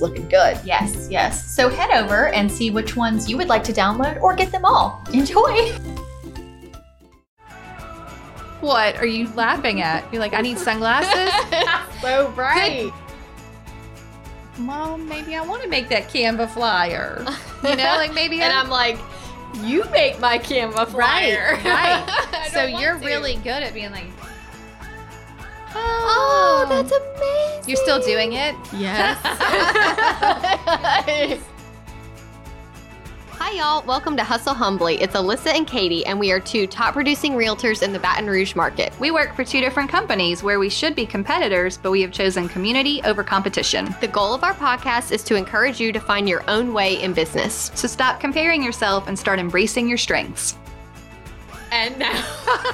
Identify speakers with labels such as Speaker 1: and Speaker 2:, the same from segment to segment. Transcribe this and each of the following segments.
Speaker 1: looking good.
Speaker 2: Yes, yes. So head over and see which ones you would like to download or get them all. Enjoy.
Speaker 3: What are you laughing at? You're like, I need sunglasses?
Speaker 1: So
Speaker 3: bright. Mom, maybe I want to make that Canva flyer. You know, like maybe
Speaker 2: and
Speaker 3: I'm.
Speaker 2: I'm like, you make my Canva flyer.
Speaker 3: Right, right.
Speaker 2: I
Speaker 3: so
Speaker 2: don't want
Speaker 3: you're
Speaker 2: to.
Speaker 3: really good at being like,
Speaker 2: Oh, that's amazing.
Speaker 3: You're still doing it?
Speaker 2: Yes. Hi, y'all. Welcome to Hustle Humbly. It's Alyssa and Katie, and we are two top producing realtors in the Baton Rouge market.
Speaker 4: We work for two different companies where we should be competitors, but we have chosen community over competition.
Speaker 2: The goal of our podcast is to encourage you to find your own way in business.
Speaker 4: So stop comparing yourself and start embracing your strengths.
Speaker 2: And now,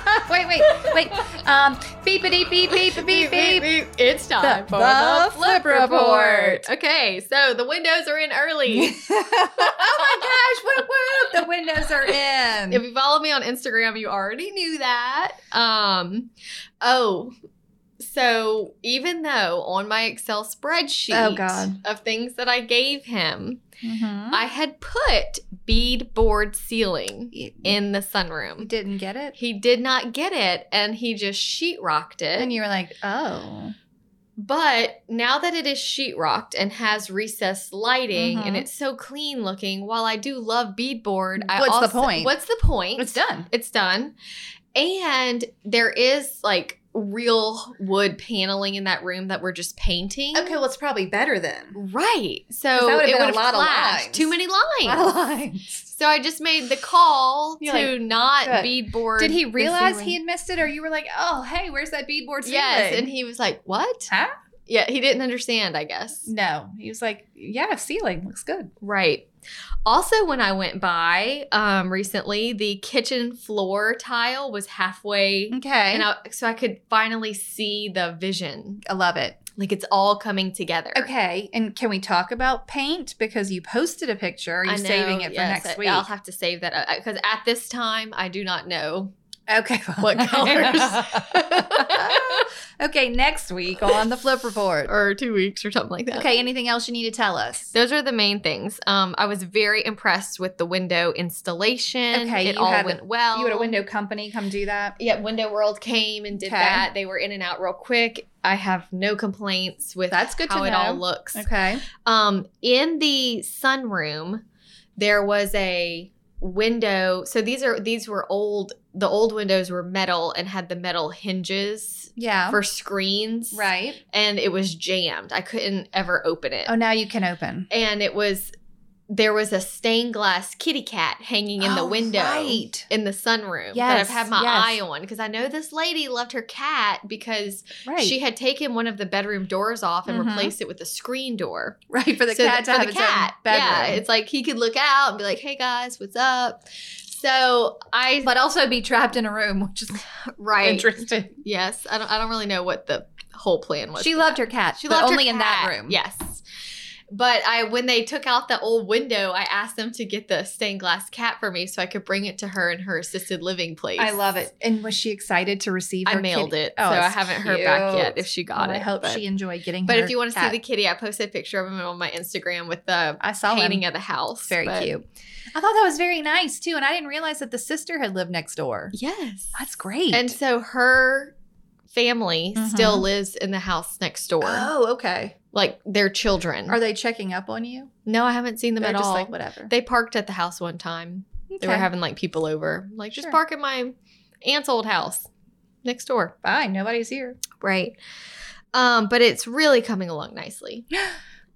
Speaker 3: Wait, wait, wait. Um, beepity beep beep beep beep. beep.
Speaker 2: it's time
Speaker 3: The- for the the Flip Flip Report. Report.
Speaker 2: Okay, so the windows are in early.
Speaker 3: oh my gosh! Whoop whoop! The windows are
Speaker 2: If
Speaker 3: in.
Speaker 2: you follow me on Instagram, you already knew that. Um, oh, so even though on my Excel spreadsheet
Speaker 3: Oh, God.
Speaker 2: of things that I gave him, I had put bead board ceiling
Speaker 3: You
Speaker 2: in the
Speaker 3: you
Speaker 2: sunroom.
Speaker 3: didn't get it,
Speaker 2: He did not get it, and he just sheetrocked it.
Speaker 3: and you were like, oh.
Speaker 2: But now that it is sheetrocked and has recessed lighting and
Speaker 3: Mhm.
Speaker 2: it's so clean looking, while I do love beadboard, I
Speaker 3: What's the
Speaker 2: also-
Speaker 3: point?
Speaker 2: What's the point?
Speaker 3: It's done.
Speaker 2: It's done. And there is like real wood paneling in that room that we're just painting.
Speaker 3: Okay, well, it's probably better then.
Speaker 2: Right. So
Speaker 3: that would've
Speaker 2: it
Speaker 3: been a
Speaker 2: would have
Speaker 3: lot of
Speaker 2: flashed.
Speaker 3: lines.
Speaker 2: Too many lines.
Speaker 3: Lines.
Speaker 2: So I just made the call to
Speaker 3: You're
Speaker 2: not
Speaker 3: good.
Speaker 2: beadboard.
Speaker 3: Did he
Speaker 2: the
Speaker 3: realize
Speaker 2: ceiling.
Speaker 3: he had missed it, or you were like, oh, hey, where's that beadboard ceiling?
Speaker 2: Yes, and he was like, "What?"
Speaker 3: Huh?
Speaker 2: Yeah, he didn't understand, I guess.
Speaker 3: no, he was like, yeah, ceiling looks good.
Speaker 2: Right. Also, when I went by um, recently, the kitchen floor tile was halfway,
Speaker 3: Okay,
Speaker 2: and I, so I could finally see the vision.
Speaker 3: I love it.
Speaker 2: Like it's all coming together.
Speaker 3: Okay, and can we talk about paint because you posted a picture? Are you
Speaker 2: I know,
Speaker 3: saving it for
Speaker 2: yes,
Speaker 3: next
Speaker 2: I-
Speaker 3: week?
Speaker 2: I'll have to save that because at this time I do not know.
Speaker 3: okay,
Speaker 2: What colors?
Speaker 3: okay, next week on the flip report.
Speaker 2: or two weeks or something like that.
Speaker 3: Okay, anything else you need to tell us?
Speaker 2: Those are the main things. Um, I was very impressed with the window installation.
Speaker 3: Okay,
Speaker 2: it
Speaker 3: you
Speaker 2: all
Speaker 3: had-
Speaker 2: went well.
Speaker 3: You had a window company come do that.
Speaker 2: Yeah, Window World came and did
Speaker 3: Okay.
Speaker 2: that. They were in and out real quick. I have no complaints with
Speaker 3: That's good to
Speaker 2: how it
Speaker 3: know.
Speaker 2: all looks.
Speaker 3: Okay.
Speaker 2: Um, in the sunroom, there was a window. So these are these were old. The old windows were metal and had the metal hinges
Speaker 3: Yeah.
Speaker 2: for screens,
Speaker 3: right.
Speaker 2: And it was jammed. I couldn't ever open it.
Speaker 3: Oh, now you can open.
Speaker 2: And it was there was a stained glass kitty cat hanging in the
Speaker 3: Oh,
Speaker 2: window
Speaker 3: Right.
Speaker 2: in the sunroom that I've
Speaker 3: Yes,
Speaker 2: had my
Speaker 3: yes.
Speaker 2: eye on because I know this lady loved her cat because
Speaker 3: Right.
Speaker 2: she had taken one of the bedroom doors off and
Speaker 3: Mhm.
Speaker 2: replaced it with a screen door
Speaker 3: right for the cat to
Speaker 2: that-
Speaker 3: have its own bedroom.
Speaker 2: Yeah, it's like he could look out and be like, "Hey guys, what's up?" So I
Speaker 3: but also be trapped in a room, which is
Speaker 2: right
Speaker 3: interesting.
Speaker 2: yes I don't I don't really know what the whole plan was.
Speaker 3: She
Speaker 2: for
Speaker 3: loved
Speaker 2: that.
Speaker 3: her cat.
Speaker 2: She
Speaker 3: but
Speaker 2: loved her
Speaker 3: only in that
Speaker 2: cat,
Speaker 3: room.
Speaker 2: Yes. But I, when they took out the old window, I asked them to get the stained glass cat for me so I could bring it to her in her assisted living place.
Speaker 3: I love it. And was she excited to receive?
Speaker 2: I
Speaker 3: her
Speaker 2: mailed
Speaker 3: kitty?
Speaker 2: it,
Speaker 3: Oh,
Speaker 2: so I
Speaker 3: it's
Speaker 2: haven't heard back
Speaker 3: cute.
Speaker 2: yet if she got
Speaker 3: Oh,
Speaker 2: it.
Speaker 3: I hope
Speaker 2: but,
Speaker 3: she enjoyed getting.
Speaker 2: But
Speaker 3: her
Speaker 2: if you want to
Speaker 3: cat.
Speaker 2: see the kitty, I posted a picture of him on my Instagram with the
Speaker 3: I saw
Speaker 2: painting
Speaker 3: him.
Speaker 2: of the house.
Speaker 3: It's very
Speaker 2: but-
Speaker 3: cute. I thought that was very nice too, and I didn't realize that the sister had lived next door.
Speaker 2: Yes,
Speaker 3: That's great.
Speaker 2: and so her family still
Speaker 3: Mhm.
Speaker 2: lives in the house next door,
Speaker 3: oh, okay.
Speaker 2: like their children.
Speaker 3: Are they checking up on you?
Speaker 2: no, I haven't seen them
Speaker 3: They're
Speaker 2: at
Speaker 3: just
Speaker 2: all.
Speaker 3: like whatever.
Speaker 2: they parked at the house one time. They were
Speaker 3: Okay.
Speaker 2: having like people over, like just
Speaker 3: Sure.
Speaker 2: park at my aunt's old house next door.
Speaker 3: fine. Nobody's here.
Speaker 2: Right. Um, but it's really coming along nicely.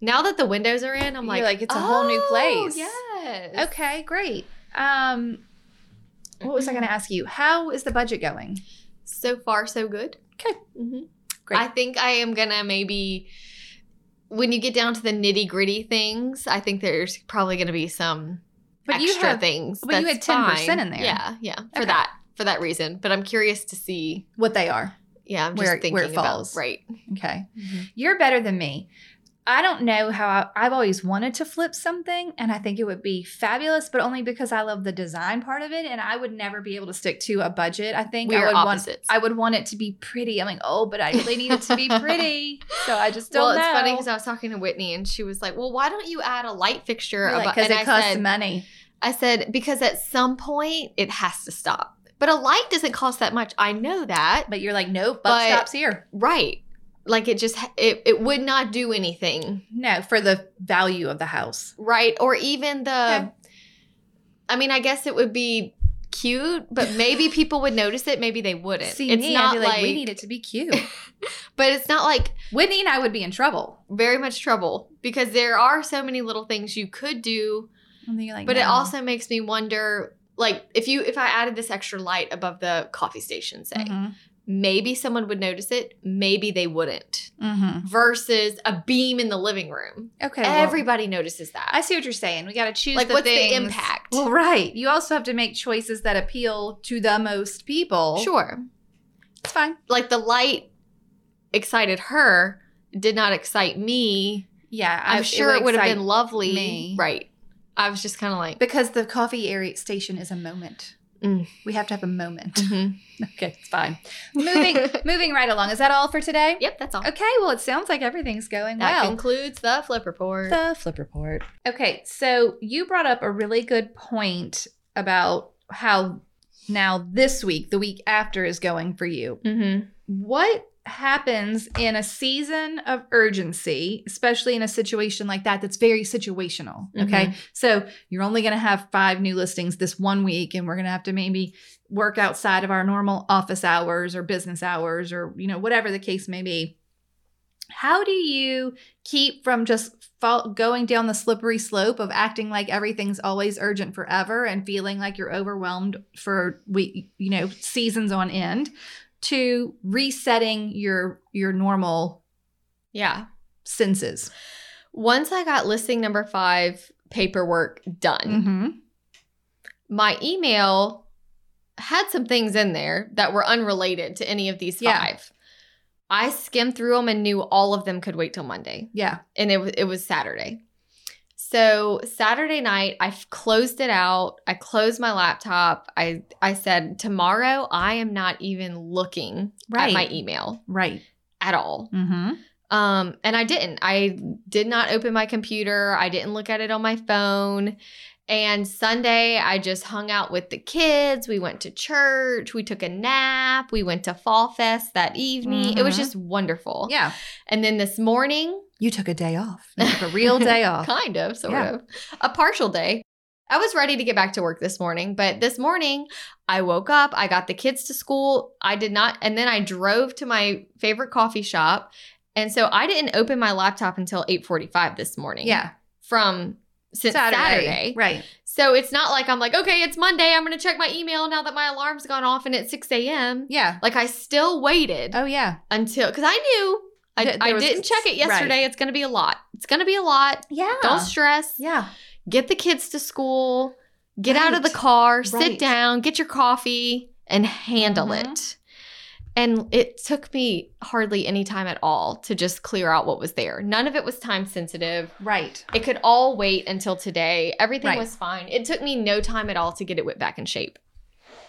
Speaker 2: Now that the windows are in, I'm
Speaker 3: You're
Speaker 2: like,
Speaker 3: like, it's a whole new
Speaker 2: "Oh,
Speaker 3: place."
Speaker 2: Yes.
Speaker 3: Okay, great. Um, what was I going to ask you? How is the budget going?
Speaker 2: So far, so good.
Speaker 3: Okay.
Speaker 2: Mhm.
Speaker 3: Great.
Speaker 2: I think I am gonna maybe when you get down to the nitty gritty things, I think there's probably going to be some
Speaker 3: But you
Speaker 2: extra
Speaker 3: have-
Speaker 2: things.
Speaker 4: but you
Speaker 2: That's
Speaker 4: had 10%
Speaker 2: fine.
Speaker 4: in there.
Speaker 2: Yeah, yeah, for
Speaker 3: Okay.
Speaker 2: that for that reason. But I'm curious to see.
Speaker 3: What they are.
Speaker 2: Yeah, I'm just
Speaker 3: Where it-
Speaker 2: thinking
Speaker 3: where it falls. Mm-hmm.
Speaker 2: about right.
Speaker 3: Okay. You're better than me. I don't know how I, I've always wanted to flip something, and I think it would be fabulous, but only because I love the design part of it, and I would never be able to stick to a budget. I think
Speaker 2: We
Speaker 3: I
Speaker 2: are
Speaker 3: would
Speaker 2: opposites.
Speaker 3: want I would want it to be pretty. I'm like, oh, but I really need it to be pretty, so I just don't
Speaker 2: well,
Speaker 3: know.
Speaker 2: it's funny because I was talking to Whitney and she was like, "Well, why don't you add a light fixture?"
Speaker 3: You're like,
Speaker 2: above-"
Speaker 3: 'cause
Speaker 2: and
Speaker 3: it
Speaker 2: I
Speaker 3: costs
Speaker 2: said,
Speaker 3: money.
Speaker 2: I said because at some point it has to stop. But a light doesn't cost that much. I know that.
Speaker 3: But you're like, nope, buck
Speaker 2: But-
Speaker 3: stops here.
Speaker 2: Right. Like it just it, it would not do anything.
Speaker 3: No, for the value of the house.
Speaker 2: Right? Or even the
Speaker 3: Okay.
Speaker 2: I mean, I guess it would be cute, but maybe people would notice it, maybe they wouldn't.
Speaker 3: See
Speaker 2: it's
Speaker 3: me, I'd
Speaker 2: not
Speaker 3: be
Speaker 2: like,
Speaker 3: like, we need it to be cute.
Speaker 2: but it's not like
Speaker 3: Whitney and I would be in trouble.
Speaker 2: very much trouble because there are so many little things you could do,
Speaker 3: And then you're like,
Speaker 2: but it
Speaker 3: no.
Speaker 2: also makes me wonder like if you if I added this extra light above the coffee station, say,
Speaker 3: Mhm.
Speaker 2: maybe someone would notice it, maybe they wouldn't.
Speaker 3: Mhm.
Speaker 2: Versus a beam in the living room.
Speaker 3: okay. well-
Speaker 2: Everybody notices that.
Speaker 3: I see what you're saying. We got to choose
Speaker 2: like
Speaker 3: the
Speaker 2: what's
Speaker 3: things-
Speaker 2: the impact
Speaker 3: Well, right. You also have to make choices that appeal to the most people.
Speaker 2: sure
Speaker 3: it's fine.
Speaker 2: like the light excited her did not excite me
Speaker 3: Yeah,
Speaker 2: i'm
Speaker 3: I-
Speaker 2: sure it would have been
Speaker 3: excite
Speaker 2: lovely
Speaker 3: me.
Speaker 2: right i was just kind of like
Speaker 3: because the coffee area station is a moment.
Speaker 2: Mm.
Speaker 3: We have to have a moment.
Speaker 2: mhm.
Speaker 3: okay, it's fine. Moving, moving right along. Is that all for today?
Speaker 2: yep that's all
Speaker 3: Okay. Well, it sounds like everything's going
Speaker 2: that
Speaker 3: well.
Speaker 2: concludes the flip report
Speaker 3: The flip report. Okay, so you brought up a really good point about how now this week, the week after, is going for you.
Speaker 2: mm-hmm.
Speaker 3: what happens in a season of urgency, especially in a situation like that that's very situational? Okay. So you're only going to have five new listings this one week, and we're going to have to maybe work outside of our normal office hours or business hours or, you know, whatever the case may be. How do you keep from just fall, going down the slippery slope of acting like everything's always urgent forever and feeling like you're overwhelmed for we you know seasons on end to resetting your your normal
Speaker 2: yeah
Speaker 3: senses.
Speaker 2: once i got listing number five paperwork done
Speaker 3: Mm-hmm.
Speaker 2: my email had some things in there that were unrelated to any of these five
Speaker 3: Yeah.
Speaker 2: i skimmed through them and knew all of them could wait till monday
Speaker 3: Yeah.
Speaker 2: and it was it was Saturday. So Saturday night, I f- closed it out. I closed my laptop. I I said tomorrow I am not even looking
Speaker 3: Right.
Speaker 2: at my email
Speaker 3: Right.
Speaker 2: at all.
Speaker 3: Mm-hmm.
Speaker 2: Um, and I didn't. I did not open my computer. I didn't look at it on my phone. And Sunday, I just hung out with the kids. We went to church. We took a nap. We went to Fall Fest that evening. It was
Speaker 3: Mhm.
Speaker 2: just wonderful.
Speaker 3: Yeah.
Speaker 2: And then this morning,
Speaker 3: You took a day off. You took a real day off.
Speaker 2: kind of, sort
Speaker 3: Yeah.
Speaker 2: of, a partial day. I was ready to get back to work this morning, but this morning I woke up, I got the kids to school. I did not, and then I drove to my favorite coffee shop. And so I didn't open my laptop until 8:45 this morning.
Speaker 3: Yeah.
Speaker 2: From since Saturday.
Speaker 3: Saturday. Right.
Speaker 2: So it's not like I'm like, okay, it's Monday. I'm gonna check my email now that my alarm's gone off and it's 6 a.m.
Speaker 3: Yeah.
Speaker 2: Like I still waited
Speaker 3: Oh yeah.
Speaker 2: until because I knew I,
Speaker 3: That there
Speaker 2: I
Speaker 3: was-
Speaker 2: didn't check it
Speaker 3: right.
Speaker 2: yesterday. It's gonna be a lot. It's gonna be a lot.
Speaker 3: Yeah.
Speaker 2: Don't stress.
Speaker 3: Yeah.
Speaker 2: Get the kids to school. Get out of the
Speaker 3: Right.
Speaker 2: car.
Speaker 3: Right.
Speaker 2: Sit down. Get your coffee and handle
Speaker 3: Mhm.
Speaker 2: it. And it took me hardly any time at all to just clear out what was there. None of it was time sensitive.
Speaker 3: Right.
Speaker 2: It could all wait until today. Everything
Speaker 3: Right.
Speaker 2: was fine. It took me no time at all to get it whip back in shape.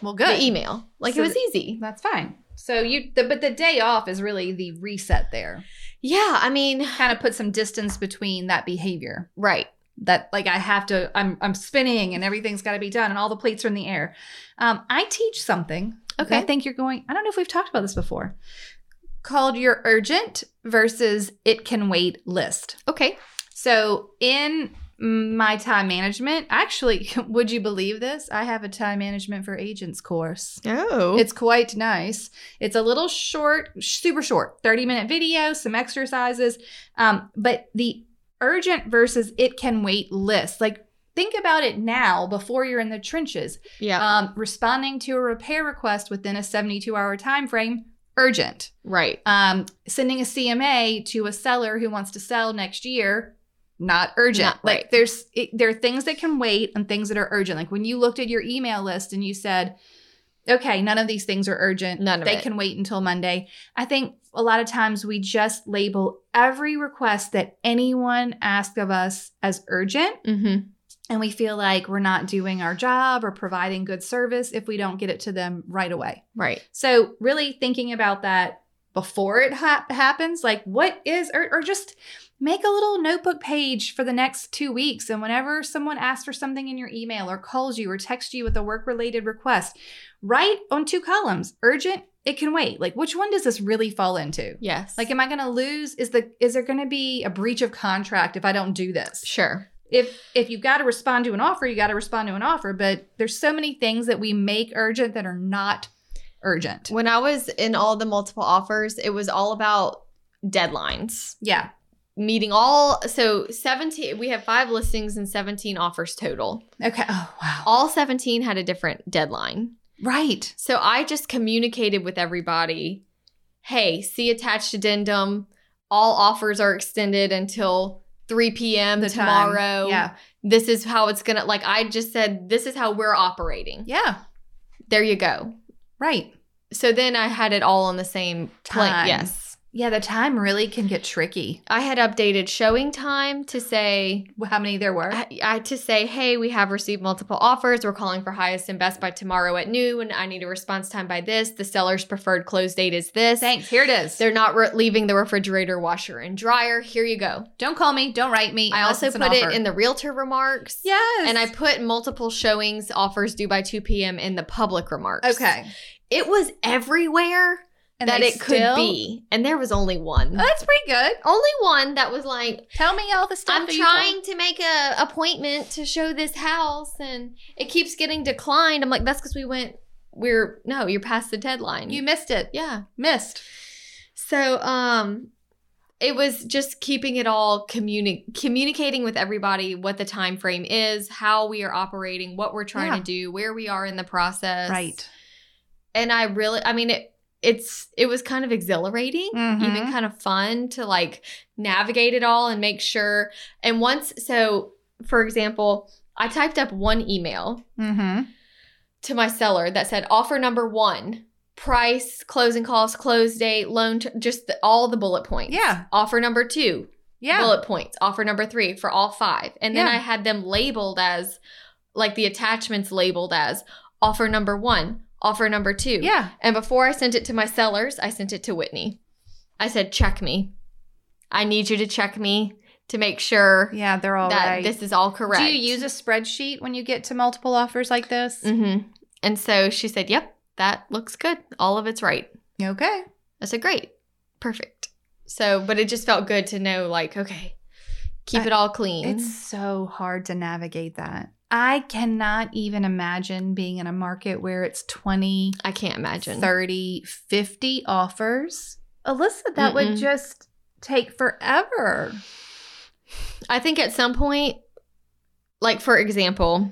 Speaker 3: Well, good.
Speaker 2: The email, like
Speaker 3: So
Speaker 2: it was easy.
Speaker 3: That's fine. So you, the, but the day off is really the reset there.
Speaker 2: Yeah, I mean,
Speaker 3: Kind of put some distance between that behavior.
Speaker 2: right.
Speaker 3: that like I have to I'm I'm spinning and everything's got to be done and all the plates are in the air. Um, I teach something.
Speaker 2: Okay.
Speaker 3: I think you're going. I don't know if we've talked about this before. Called your urgent versus it can wait list.
Speaker 2: Okay.
Speaker 3: So in my time management, actually, would you believe this? I have a time management for agents course.
Speaker 2: Oh, it's
Speaker 3: It's quite nice. It's a little short, super short, 30 minute video, some exercises. Um, but the urgent versus it can wait list, like think about it now before you're in the trenches.
Speaker 2: yeah.
Speaker 3: Um, responding to a repair request within a 72 hour time frame, urgent.
Speaker 2: Right.
Speaker 3: Um, sending a CMA to a seller who wants to sell next year, not urgent.
Speaker 2: Not
Speaker 3: like
Speaker 2: right.
Speaker 3: there's it, there are things that can wait and things that are urgent. Like when you looked at your email list and you said, "Okay, none of these things are urgent.
Speaker 2: None of
Speaker 3: they
Speaker 2: it.
Speaker 3: can wait until Monday." I think a lot of times we just label every request that anyone asks of us as urgent
Speaker 2: Mm-hmm.
Speaker 3: and we feel like we're not doing our job or providing good service if we don't get it to them right away.
Speaker 2: Right.
Speaker 3: So, really thinking about that before it hap happens, like what is, or, or just make a little notebook page for the next two weeks. And whenever someone asks for something in your email or calls you or texts you with a work related request, write on two columns urgent, it can wait. Like, which one does this really fall into?
Speaker 2: Yes.
Speaker 3: Like, am I going to lose? Is the is there going to be a breach of contract if I don't do this?
Speaker 2: sure.
Speaker 3: if if you've got to respond to an offer, you got to respond to an offer. But there's so many things that we make urgent that are not urgent.
Speaker 2: When I was in all the multiple offers, it was all about deadlines.
Speaker 3: Yeah,
Speaker 2: Meeting all so 17 we have 5 listings and 17 offers total.
Speaker 3: Okay. Oh, wow.
Speaker 2: All 17 had a different deadline.
Speaker 3: Right.
Speaker 2: So I just communicated with everybody hey, see attached addendum. All offers are extended until 3 p.m.
Speaker 3: The time.
Speaker 2: tomorrow.
Speaker 3: Yeah.
Speaker 2: This is how it's going to, like, I just said, this is how we're operating.
Speaker 3: Yeah.
Speaker 2: There you go.
Speaker 3: Right.
Speaker 2: So then I had it all on the same
Speaker 3: Time.
Speaker 2: plate. Yes.
Speaker 3: Yeah. The time really can get tricky.
Speaker 2: I had updated showing time to say,
Speaker 3: How many there were?
Speaker 2: I, I to say, hey, we have received multiple offers. We're calling for highest and best by tomorrow at noon. I need a response time by this. The seller's preferred close date is this.
Speaker 3: Thanks. Here it is.
Speaker 2: They're not re- leaving the refrigerator, washer, and dryer. Here you go.
Speaker 3: don't call me. Don't write me.
Speaker 2: I also put it in the realtor remarks.
Speaker 3: Yes.
Speaker 2: And I put multiple showings offers due by 2 p.m. in the public remarks.
Speaker 3: Okay.
Speaker 2: It was everywhere
Speaker 3: And
Speaker 2: that
Speaker 3: they
Speaker 2: it could
Speaker 3: still- Oh,
Speaker 2: be. And there was only one.
Speaker 3: That's pretty good.
Speaker 2: only one that was like,
Speaker 3: Tell me all the stuff.
Speaker 2: I'm
Speaker 3: that you told-
Speaker 2: trying to make a appointment to show this house and it keeps getting declined. I'm like, that's because we went, we're, no, you're past the deadline.
Speaker 3: You missed it.
Speaker 2: yeah.
Speaker 3: Missed.
Speaker 2: So, um, it was just keeping it all communi- communicating with everybody what the time frame is, how we are operating, what we're trying
Speaker 3: Yeah.
Speaker 2: to do, where we are in the process.
Speaker 3: Right.
Speaker 2: And I really, I mean, it it's it was kind of exhilarating, even
Speaker 3: Mhm.
Speaker 2: kind of fun to like navigate it all and make sure. And once, so for example, I typed up one email
Speaker 3: Mm-hmm.
Speaker 2: to my seller that said offer number one price closing costs close date loan t- just the, all the bullet points
Speaker 3: Yeah.
Speaker 2: offer number two
Speaker 3: Yeah.
Speaker 2: bullet points offer number three for all five and then
Speaker 3: Yeah.
Speaker 2: i had them labeled as like the attachments labeled as offer number one offer number two
Speaker 3: yeah.
Speaker 2: and before i sent it to my sellers i sent it to whitney i said check me i need you to check me to make sure
Speaker 3: Yeah. They're all
Speaker 2: that
Speaker 3: right.
Speaker 2: this is all correct
Speaker 3: Do you use a spreadsheet when you get to multiple offers like this?
Speaker 2: Mm-hmm. And so she said, Yep, that looks good. All of it's right.
Speaker 3: Okay.
Speaker 2: I said, Great, perfect. So, but it just felt good to know, like, okay, keep
Speaker 3: I-
Speaker 2: it all clean.
Speaker 3: It's so hard to navigate that. I cannot even imagine being in a market where it's 20,
Speaker 2: I can't imagine.
Speaker 3: 30, 50 offers. Alyssa, that would
Speaker 2: Mm-mm.
Speaker 3: just take forever.
Speaker 2: I think at some point, like, for example,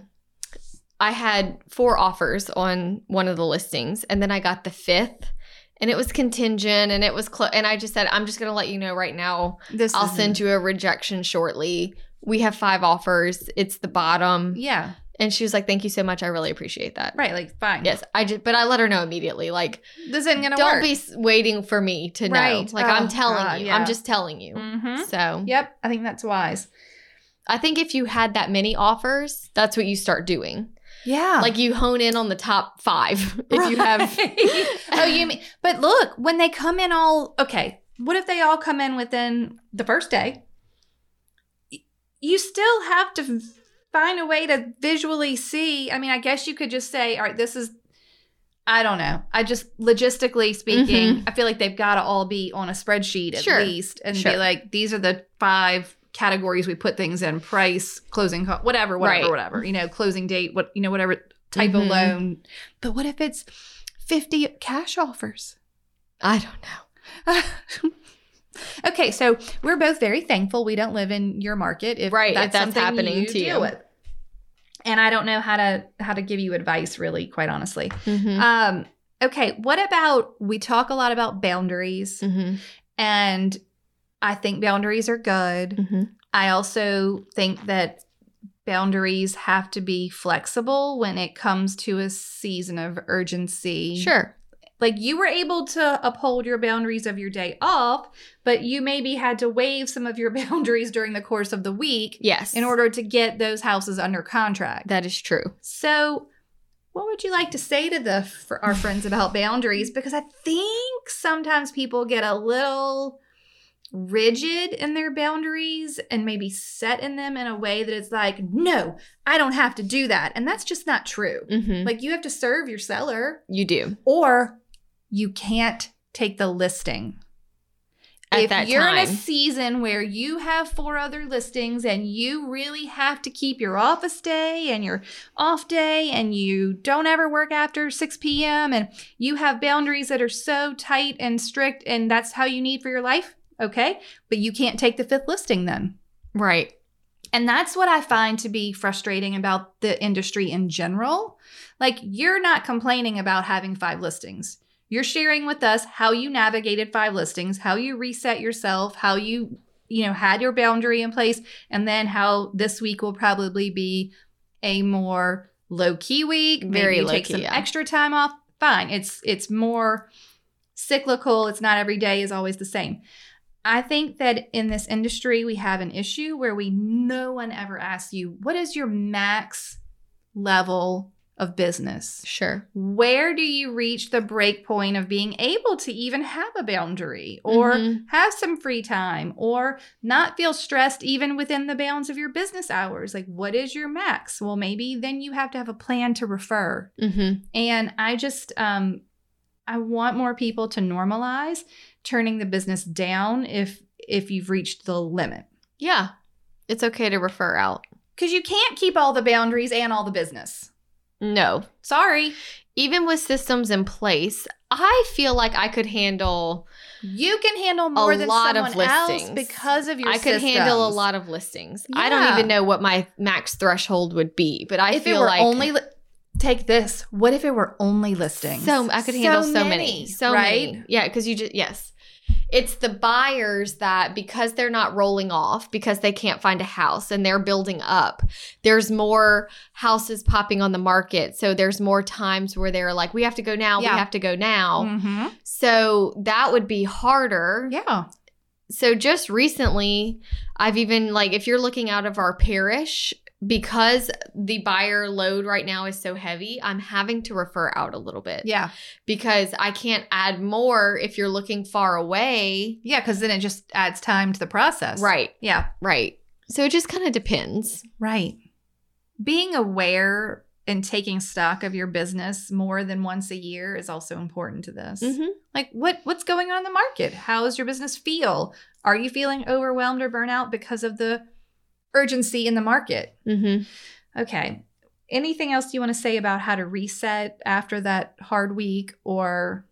Speaker 2: I had four offers on one of the listings, and then I got the fifth. And it was contingent, and it was close. And I just said, I'm just going to let you know right now.
Speaker 3: This
Speaker 2: I'll send you a rejection shortly. We have five offers. It's the bottom.
Speaker 3: Yeah.
Speaker 2: And she was like, "Thank you so much. I really appreciate that."
Speaker 3: Right. Like, fine.
Speaker 2: Yes, I just, but I let her know immediately. Like,
Speaker 3: This isn't going to
Speaker 2: don't
Speaker 3: work.
Speaker 2: be s- waiting for me to
Speaker 3: Right.
Speaker 2: know. Like,
Speaker 3: Oh,
Speaker 2: I'm telling
Speaker 3: God,
Speaker 2: you.
Speaker 3: yeah.
Speaker 2: I'm just telling you.
Speaker 3: Mhm.
Speaker 2: So,
Speaker 3: Yep. I think that's wise.
Speaker 2: I think if you had that many offers, that's what you start doing.
Speaker 3: Yeah.
Speaker 2: Like, you hone in on the top five if you have.
Speaker 3: oh, you mean, but look, when they come in all, okay, what if they all come in within the first day? Y- You still have to find a way to visually see. I mean, I guess you could just say, all right, this is, I don't know. I just, logistically speaking, I feel like they've got to all be on a spreadsheet at
Speaker 2: Mm-hmm. Sure.
Speaker 3: least and
Speaker 2: Sure.
Speaker 3: be like, these are the five categories we put things in price, closing, co- whatever, whatever,
Speaker 2: Right.
Speaker 3: whatever, you know, closing date, what, you know, whatever type of
Speaker 2: Mhm.
Speaker 3: loan. But what if it's 50 cash offers?
Speaker 2: I don't know.
Speaker 3: okay, so we're both very thankful we don't live in your market if
Speaker 2: Right, if
Speaker 3: that's,
Speaker 2: that's
Speaker 3: something
Speaker 2: happening
Speaker 3: you
Speaker 2: to
Speaker 3: deal
Speaker 2: you.
Speaker 3: with. And I don't know how to how to give you advice really quite honestly.
Speaker 2: Mhm.
Speaker 3: Um Okay, what about we talk a lot about boundaries
Speaker 2: Mm-hmm.
Speaker 3: and I think boundaries are good.
Speaker 2: Mm-hmm.
Speaker 3: I also think that boundaries have to be flexible when it comes to a season of urgency.
Speaker 2: Sure.
Speaker 3: Like you were able to uphold your boundaries of your day off, but you maybe had to waive some of your boundaries during the course of the week
Speaker 2: Yes.
Speaker 3: in order to get those houses under contract.
Speaker 2: that is true.
Speaker 3: So, what would you like to say to the for our friends about boundaries? Because I think sometimes people get a little rigid in their boundaries and maybe set in them in a way that it's like, no, I don't have to do that, and that's just not true.
Speaker 2: Mm-hmm.
Speaker 3: Like you have to serve your seller,
Speaker 2: You do
Speaker 3: or you can't take the listing.
Speaker 2: at
Speaker 3: if
Speaker 2: that
Speaker 3: you're
Speaker 2: time.
Speaker 3: in a season where you have four other listings and you really have to keep your office day and your off day and you don't ever work after 6 p.m. and you have boundaries that are so tight and strict and that's how you need for your life, okay? But you can't take the fifth listing then.
Speaker 2: right.
Speaker 3: And that's what I find to be frustrating about the industry in general. Like, you're not complaining about having five listings. You're sharing with us how you navigated five listings, how you reset yourself, how you, you know, had your boundary in place, and then how this week will probably be a more low key week. Maybe
Speaker 2: Very
Speaker 3: you
Speaker 2: low
Speaker 3: take
Speaker 2: key,
Speaker 3: some
Speaker 2: yeah.
Speaker 3: extra time off. Fine. It's it's more cyclical. It's not every day is always the same. I think that in this industry, we have an issue where we no one ever asks you, what is your max level of business?
Speaker 2: Sure.
Speaker 3: Where do you reach the break point of being able to even have a boundary or
Speaker 2: Mhm.
Speaker 3: have some free time or not feel stressed even within the bounds of your business hours? Like, what is your max? Well, maybe then you have to have a plan to refer.
Speaker 2: Mm-hmm.
Speaker 3: And I just um I want more people to normalize turning the business down if if you've reached the limit.
Speaker 2: Yeah. It's okay to refer out.
Speaker 3: Cuz you can't keep all the boundaries and all the business.
Speaker 2: No.
Speaker 3: Sorry.
Speaker 2: Even with systems in place, I feel like I could handle
Speaker 3: You can handle more than
Speaker 2: lot of
Speaker 3: someone else
Speaker 2: listings.
Speaker 3: because of your
Speaker 2: I could handle a
Speaker 3: systems.
Speaker 2: lot of listings. I don't
Speaker 3: Yeah.
Speaker 2: even know what my max threshold would be, but I
Speaker 3: if
Speaker 2: feel
Speaker 3: it were
Speaker 2: like
Speaker 3: only li- take this. What if it were only listings?
Speaker 2: So I could handle so many. So many. Yeah, because you just yes. It's the buyers that because they're not rolling off because they can't find a house and they're building up. There's more houses popping on the market. So there's more times where they're like we have to go now,
Speaker 3: Yeah.
Speaker 2: we have to go now.
Speaker 3: Mhm.
Speaker 2: So that would be harder.
Speaker 3: Yeah.
Speaker 2: So just recently, I've even like if you're looking out of our parish because the buyer load right now is so heavy, I'm having to refer out a little bit
Speaker 3: Yeah.
Speaker 2: because I can't add more if you're looking far away.
Speaker 3: Yeah, cuz then it just adds time to the process.
Speaker 2: Right,
Speaker 3: Yeah.
Speaker 2: right. So it just kind of depends.
Speaker 3: Right. Being aware and taking stock of your business more than once a year is also important to this.
Speaker 2: Mm-hmm,
Speaker 3: Like what what's going on in the market? How does your business feel? Are you feeling overwhelmed or burnout because of the urgency in the market?
Speaker 2: Mm-hmm.
Speaker 3: Okay. Anything else you want to say about how to reset after that hard week or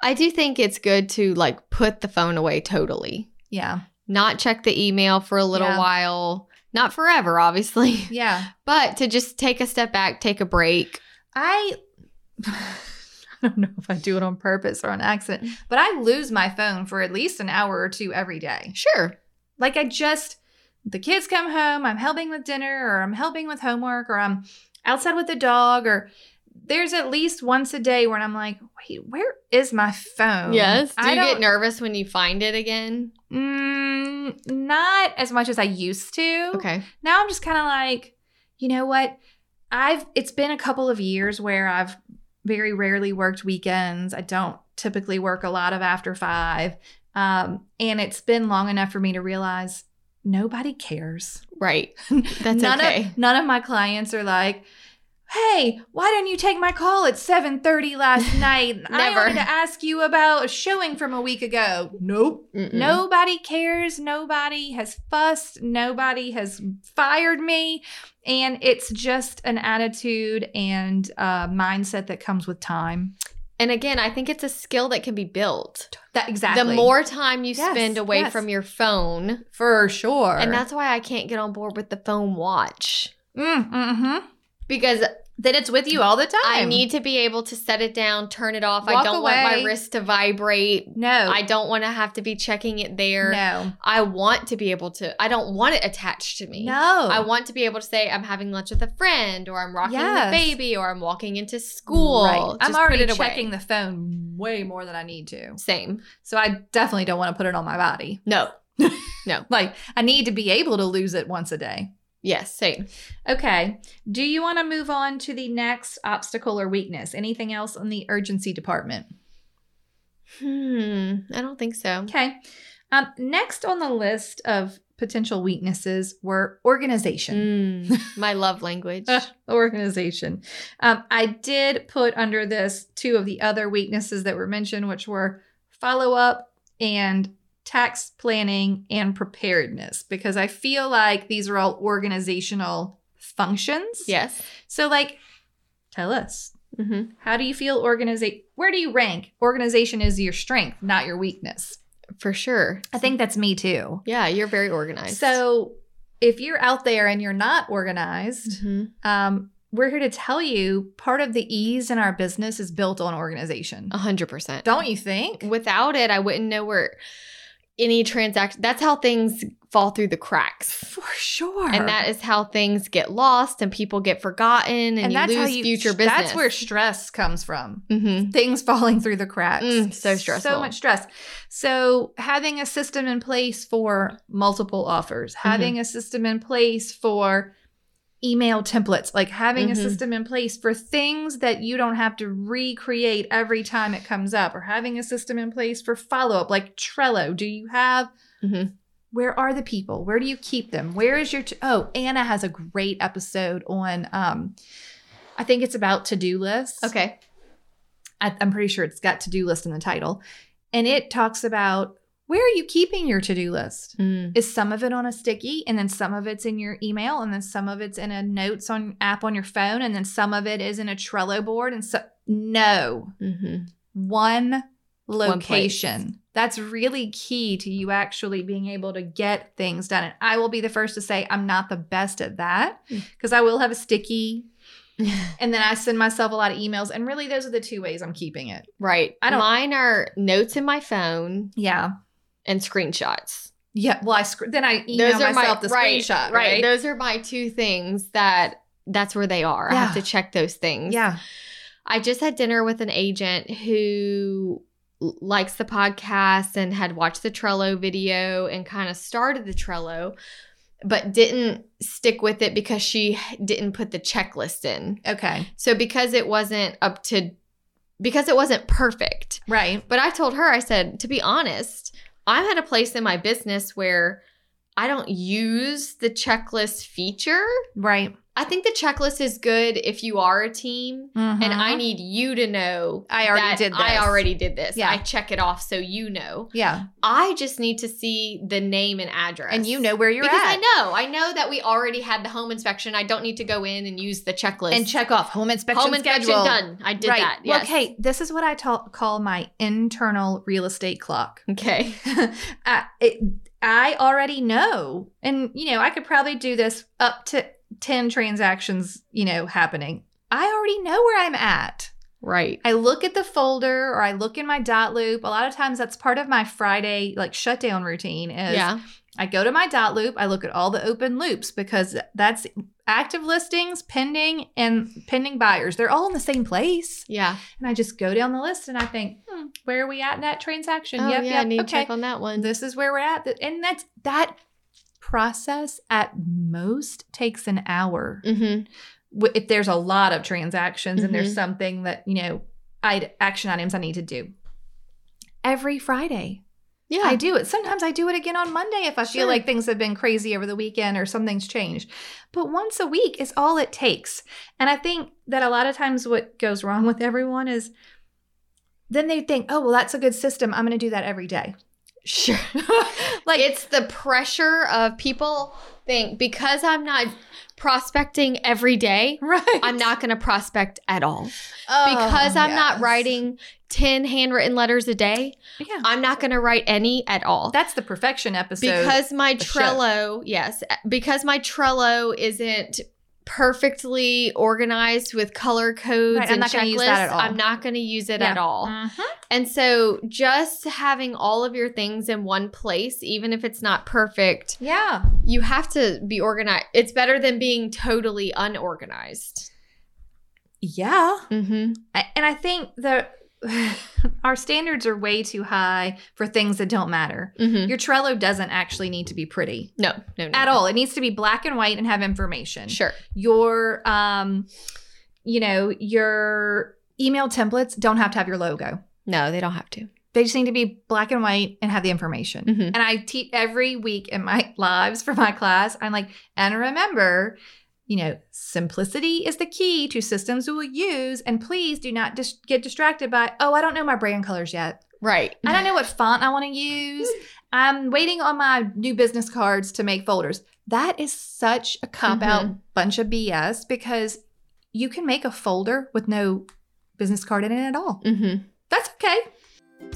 Speaker 2: I do think it's good to like put the phone away totally,
Speaker 3: yeah.
Speaker 2: not check the email for a little
Speaker 3: Yeah.
Speaker 2: while, not forever, obviously,
Speaker 3: Yeah.
Speaker 2: but to just take a step back, take a break.
Speaker 3: I I don't know if I do it on purpose or on accident, but I lose my phone for at least an hour or two every day.
Speaker 2: Sure.
Speaker 3: Like I just the kids come home, I'm helping with dinner or I'm helping with homework or I'm outside with the dog or there's at least once a day when I'm like, wait, where is my phone?
Speaker 2: Yes. Do
Speaker 3: Oh. I
Speaker 2: you
Speaker 3: don't,
Speaker 2: get nervous when you find it again?
Speaker 3: mm, not as much as I used to
Speaker 2: Okay.
Speaker 3: now I'm just kind of like, you know what? I've it's been a couple of years where I've very rarely worked weekends. I don't typically work a lot of after five. Um, and it's been long enough for me to realize nobody cares.
Speaker 2: Right. That's
Speaker 3: none
Speaker 2: okay.
Speaker 3: Of, none of my clients are like, "Hey, why didn't you take my call at 7:30 last night? I
Speaker 2: Never.
Speaker 3: wanted to ask you about a showing from a week ago." Nope.
Speaker 2: Mm-mm.
Speaker 3: Nobody cares. Nobody has fussed. Nobody has fired me. And it's just an attitude and uh, mindset that comes with time.
Speaker 2: And again, I think it's a skill that can be built.
Speaker 3: That exactly.
Speaker 2: The more time you
Speaker 3: Yes,
Speaker 2: spend away
Speaker 3: yes.
Speaker 2: from your phone,
Speaker 3: for sure.
Speaker 2: and that's why I can't get on board with the phone watch
Speaker 3: mm, hmm
Speaker 2: because
Speaker 3: Then it's with you all the time.
Speaker 2: I need to be able to set it down, turn it off. I
Speaker 3: Walk
Speaker 2: don't want my
Speaker 3: away.
Speaker 2: wrist to vibrate.
Speaker 3: no.
Speaker 2: I don't want to have to be checking it there.
Speaker 3: no.
Speaker 2: I want to be able to, I don't want it attached to me.
Speaker 3: No.
Speaker 2: I want to be able to say I'm having lunch with a friend, or I'm rocking
Speaker 3: Yes.
Speaker 2: the baby, or I'm walking into school.
Speaker 3: Right.
Speaker 2: Just
Speaker 3: I'm
Speaker 2: put
Speaker 3: already
Speaker 2: it away.
Speaker 3: checking the phone way more than I need to.
Speaker 2: Same.
Speaker 3: So I definitely don't want to put it on my body.
Speaker 2: No.
Speaker 3: Like I need to be able to lose it once a day.
Speaker 2: Yes. Same.
Speaker 3: Okay. Do you want to move on to the next obstacle or weakness? Anything else in the urgency department?
Speaker 2: Hmm. I don't think so.
Speaker 3: Okay. Um, next on the list of potential weaknesses were organization.
Speaker 2: Mm, my love language.
Speaker 3: Ugh, organization. Um, I did put under this two of the other weaknesses that were mentioned, which were follow up and tax planning and preparedness, because I feel like these are all organizational functions.
Speaker 2: yes.
Speaker 3: So, like, tell us
Speaker 2: hmm
Speaker 3: how do you feel organization? Where do you rank? Organization is your strength, not your weakness.
Speaker 2: For sure.
Speaker 3: I think that's me too.
Speaker 2: Yeah, you're very organized.
Speaker 3: So if you're out there and you're not organized,
Speaker 2: Mhm.
Speaker 3: um, we're here to tell you part of the ease in our business is built on organization.
Speaker 2: a hundred percent.
Speaker 3: Don't you think?
Speaker 2: Without it, I wouldn't know where any transaction. That's how things fall through the cracks.
Speaker 3: For sure.
Speaker 2: And that is how things get lost and people get forgotten and, you lose future business.
Speaker 3: That's where stress comes from.
Speaker 2: hmm
Speaker 3: Things falling through the cracks.
Speaker 2: Mm, so stressful.
Speaker 3: So much stress. So having a system in place for multiple offers,
Speaker 2: Mm-hmm.
Speaker 3: having a system in place for email templates, like having
Speaker 2: Mhm.
Speaker 3: a system in place for things that you don't have to recreate every time it comes up, or having a system in place for follow up, like Trello. Do you have?
Speaker 2: Mhm.
Speaker 3: Where are the people? Where do you keep them? Where is your? T- oh, Anna has a great episode on. um I think it's about to do lists.
Speaker 2: Okay.
Speaker 3: I, I'm pretty sure it's got to do list in the title. And it talks about where are you keeping your to do list?
Speaker 2: Mm.
Speaker 3: Is some of it on a sticky and then some of it's in your email and then some of it's in a notes on app on your phone and then some of it is in a Trello board and so no,
Speaker 2: hmm
Speaker 3: one
Speaker 2: place.
Speaker 3: location. That's really key to you actually being able to get things done. And I will be the first to say I'm not the best at that
Speaker 2: Mm.
Speaker 3: because I will have a sticky and then I send myself a lot of emails. And really, those are the two ways I'm keeping it.
Speaker 2: Right.
Speaker 3: I don't-
Speaker 2: Mine are notes in my phone
Speaker 3: Yeah.
Speaker 2: and screenshots.
Speaker 3: Yeah. Well, I sc- then I email myself the screenshot, right?
Speaker 2: Those are my two things that that's where they are. I have to
Speaker 3: Yeah.
Speaker 2: check those things.
Speaker 3: Yeah.
Speaker 2: I just had dinner with an agent who l- likes the podcast and had watched the Trello video and kind of started the Trello but didn't stick with it because she didn't put the checklist in.
Speaker 3: Okay.
Speaker 2: So because it wasn't up to because it wasn't perfect.
Speaker 3: Right.
Speaker 2: But I told her, I said, to be honest, I'm at a place in my business where I don't use the checklist feature.
Speaker 3: Right.
Speaker 2: I think the checklist is good if you are a team and I need you to know
Speaker 3: mm-hmm. Uh-huh. I already
Speaker 2: that
Speaker 3: did
Speaker 2: I
Speaker 3: this.
Speaker 2: already did this.
Speaker 3: Yeah.
Speaker 2: I check it off so you know.
Speaker 3: Yeah.
Speaker 2: I just need to see the name and address.
Speaker 3: And you know where you're
Speaker 2: because I
Speaker 3: at.
Speaker 2: know, I know that we already had the home inspection. I don't need to go in and use the checklist
Speaker 3: And check off home inspection
Speaker 2: home inspection
Speaker 3: schedule.
Speaker 2: done. I did
Speaker 3: right.
Speaker 2: that.
Speaker 3: Well,
Speaker 2: Yes.
Speaker 3: Okay. This is what I ta- call my internal real estate clock.
Speaker 2: Okay.
Speaker 3: I, it, I already know, and you know, I could probably do this up to ten transactions. You know, happening. I already know where I'm at.
Speaker 2: Right.
Speaker 3: I look at the folder or I look in my dot loop. A lot of times that's part of my Friday like shutdown routine is
Speaker 2: Yeah.
Speaker 3: I go to my dot loop, I look at all the open loops because that's active listings, pending and pending buyers. They're all in the same place.
Speaker 2: Yeah.
Speaker 3: And I just go down the list and I think, hmm, where are we at in that transaction?
Speaker 2: Oh,
Speaker 3: yep,
Speaker 2: yeah, I
Speaker 3: yep.
Speaker 2: need to
Speaker 3: okay.
Speaker 2: check on that one.
Speaker 3: This is where we're at. And that's that process at most takes an hour
Speaker 2: mm-hmm.
Speaker 3: w- if there's a lot of transactions and
Speaker 2: Mhm.
Speaker 3: there's something that you know i action items i need to do every friday
Speaker 2: Yeah.
Speaker 3: i do it sometimes i do it again on monday if i
Speaker 2: Sure.
Speaker 3: feel like things have been crazy over the weekend or something's changed but once a week is all it takes and i think that a lot of times what goes wrong with everyone is then they think oh well that's a good system i'm going to do that every day
Speaker 2: sure.
Speaker 3: like
Speaker 2: it's the pressure of people think because I'm not prospecting every day,
Speaker 3: right Oh,
Speaker 2: I'm not going to prospect at all. because I'm not writing 10 handwritten letters a day,
Speaker 3: yeah
Speaker 2: I'm not going to write any at all.
Speaker 3: that's the perfection episode
Speaker 2: because my eh,
Speaker 3: should.
Speaker 2: Trello, yes, because my Trello isn't perfectly organized with color codes
Speaker 3: Right, I'm
Speaker 2: and
Speaker 3: not gonna
Speaker 2: checklists,
Speaker 3: use that at all.
Speaker 2: I'm not going to use it
Speaker 3: Yeah.
Speaker 2: at all.
Speaker 3: Mm-hmm.
Speaker 2: And so just having all of your things in one place, even if it's not perfect,
Speaker 3: Yeah.
Speaker 2: you have to be organized. It's better than being totally unorganized.
Speaker 3: Yeah.
Speaker 2: Mm-hmm.
Speaker 3: I- And I think that our standards are way too high for things that don't matter.
Speaker 2: Mm-hmm.
Speaker 3: Your Trello doesn't actually need to be pretty
Speaker 2: No, no, no.
Speaker 3: at all. It needs to be black and white and have information.
Speaker 2: Sure.
Speaker 3: Your um you know, your email templates don't have to have your logo.
Speaker 2: No, they don't have to.
Speaker 3: They just need to be black and white and have the information.
Speaker 2: Mhm.
Speaker 3: And I teach every week in my lives for my class. I'm like, and remember, you know, simplicity is the key to systems we will use. And please do not dis- get distracted by, oh, I don't know my brand colors yet.
Speaker 2: Right.
Speaker 3: I don't know what font I want to use. I'm waiting on my new business cards to make folders. That is such a cop out bunch of BS because you can make a folder with no business card in it at all.
Speaker 2: Mm-hmm.
Speaker 3: That's okay.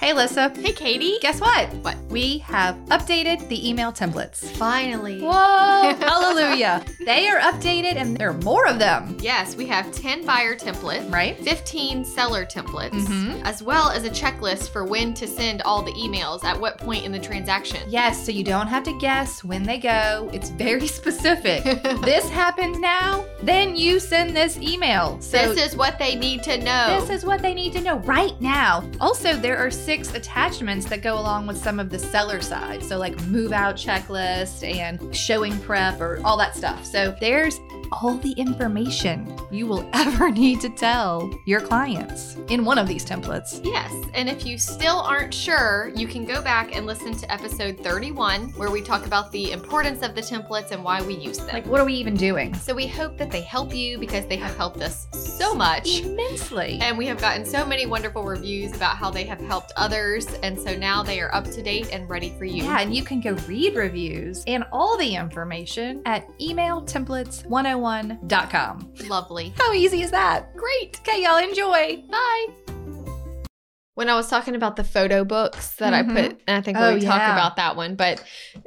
Speaker 3: Hey, Alyssa.
Speaker 2: Hey, Katie.
Speaker 3: Guess what?
Speaker 4: What?
Speaker 3: We have updated the email templates.
Speaker 2: Finally.
Speaker 3: Whoa! hallelujah. They are updated and there are more of them,
Speaker 2: Yes, we have 10 buyer templates.
Speaker 3: right?
Speaker 2: 15 seller templates,
Speaker 3: Mhm.
Speaker 2: as well as a checklist for when to send all the emails at what point in the transaction.
Speaker 3: Yes, so you don't have to guess when they go. It's very specific. this happens now, then you send this email. So
Speaker 2: this is what they need to know.
Speaker 3: This is what they need to know right now. Also, there are six attachments that go along with some of the seller side. So, like move out checklist and showing prep or all that stuff. So, there's all the information you will ever need to tell your clients in one of these templates.
Speaker 2: Yes, and if you still aren't sure, you can go back and listen to episode 31, where we talk about the importance of the templates and why we use them.
Speaker 3: Like, what are we even doing?
Speaker 2: so we hope that they help you because they have helped us so much.
Speaker 3: Immensely.
Speaker 2: And we have gotten so many wonderful reviews about how they have helped others. And so now they are up to date and ready for you.
Speaker 3: Yeah, and you can go read reviews and all the information at emailtemplates101.com.
Speaker 2: Lovely.
Speaker 3: How easy is that? Great. Okay, y'all enjoy.
Speaker 2: Bye. When I was talking about the photo books that
Speaker 3: Mhm.
Speaker 2: I put, and I think
Speaker 3: Oh,
Speaker 2: we talked
Speaker 3: yeah.
Speaker 2: about that one, but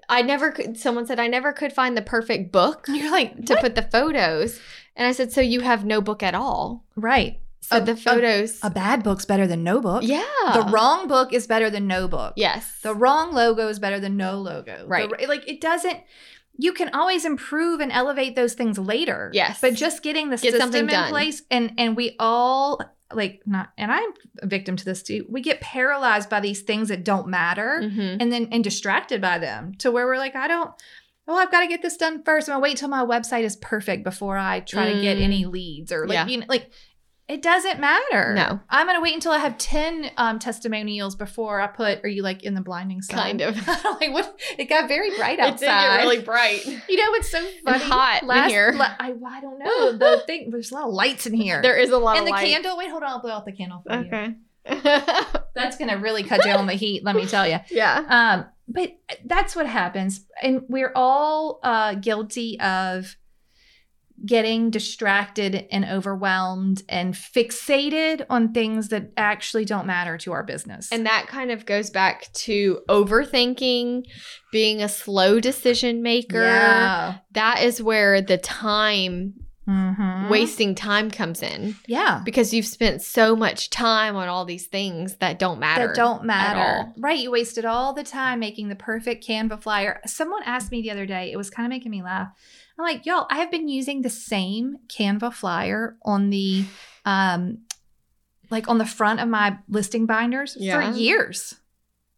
Speaker 2: I never could, someone said, I never could find the perfect book
Speaker 3: You're like,
Speaker 2: to put the photos. And I said, So you have no book at all?
Speaker 3: right.
Speaker 2: So
Speaker 3: A- a-
Speaker 2: the photos.
Speaker 3: A bad book's better than no book.
Speaker 2: yeah.
Speaker 3: The wrong book is better than no book.
Speaker 2: Yes.
Speaker 3: The wrong logo is better than no logo. The
Speaker 2: Right.
Speaker 3: r- like it doesn't. You can always improve and elevate those things later.
Speaker 2: Yes.
Speaker 3: But just getting the
Speaker 2: Get
Speaker 3: system
Speaker 2: something
Speaker 3: in
Speaker 2: done.
Speaker 3: place, and and we all like not, and I'm a victim to this too. We get paralyzed by these things that don't matter,
Speaker 2: Mhm.
Speaker 3: and then and distracted by them to where we're like, I don't. Well, I've got to get this done first. I'm gonna wait till my website is perfect before I try to get
Speaker 2: Mm.
Speaker 3: any leads or like
Speaker 2: Yeah.
Speaker 3: you know, like it doesn't matter.
Speaker 2: No.
Speaker 3: I'm gonna wait until I have ten um, testimonials before I put. Are you like in the blinding side?
Speaker 2: Kind of.
Speaker 3: like what? It got very bright outside.
Speaker 2: It did get really bright.
Speaker 3: you know what's so funny?
Speaker 2: hot in here.
Speaker 3: la- I, I don't know. The thing. There's a lot of lights in here.
Speaker 2: There is a lot of
Speaker 3: and the
Speaker 2: light.
Speaker 3: candle. Wait, hold on. I'll blow out the candle for you.
Speaker 2: Okay.
Speaker 3: That's gonna really cut down on the heat. Let me tell you.
Speaker 2: yeah.
Speaker 3: Um, but that's what happens. And we're all uh, guilty of getting distracted and overwhelmed and fixated on things that actually don't matter to our business.
Speaker 2: And that kind of goes back to overthinking, being a slow decision maker.
Speaker 3: yeah.
Speaker 2: that is where the time
Speaker 3: Mhm.
Speaker 2: wasting time comes in
Speaker 3: Yeah.
Speaker 2: because you've spent so much time on all these things that don't matter.
Speaker 3: That don't matter.
Speaker 2: all.
Speaker 3: Right. You wasted all the time making the perfect Canva flyer. Someone asked me the other day, it was kind of making me laugh. I'm like, y'all, I have been using the same Canva flyer on the um like on the front of my listing binders
Speaker 2: Yeah.
Speaker 3: for years.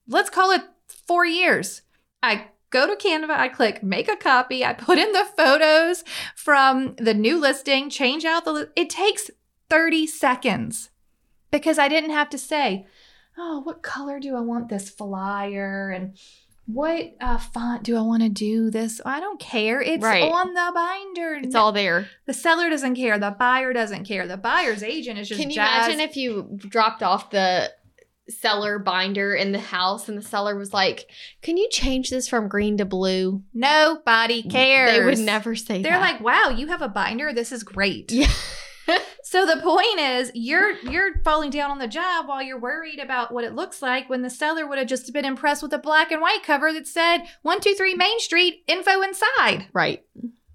Speaker 3: Let's call it four years. I go to Canva, I click make a copy, I put in the photos from the new listing, change out the li- it takes 30 seconds because I didn't have to say, oh, what color do I want this flyer and what uh, font do I want to do this? I don't care. It's
Speaker 2: Right.
Speaker 3: on the binder.
Speaker 2: It's all there.
Speaker 3: the seller doesn't care. The buyer doesn't care. The buyer's agent is just
Speaker 2: Can you
Speaker 3: jazzed.
Speaker 2: imagine if you dropped off the seller binder in the house and the seller was like, "Can you change this from green to blue?"
Speaker 3: nobody cares?
Speaker 2: They would never say
Speaker 3: They're
Speaker 2: that.
Speaker 3: like, wow, you have a binder. This is great.
Speaker 2: Yeah.
Speaker 3: so the point is, you're you're falling down on the job while you're worried about what it looks like. When the seller would have just been impressed with a black and white cover that said "123 Main Street," info inside.
Speaker 2: right.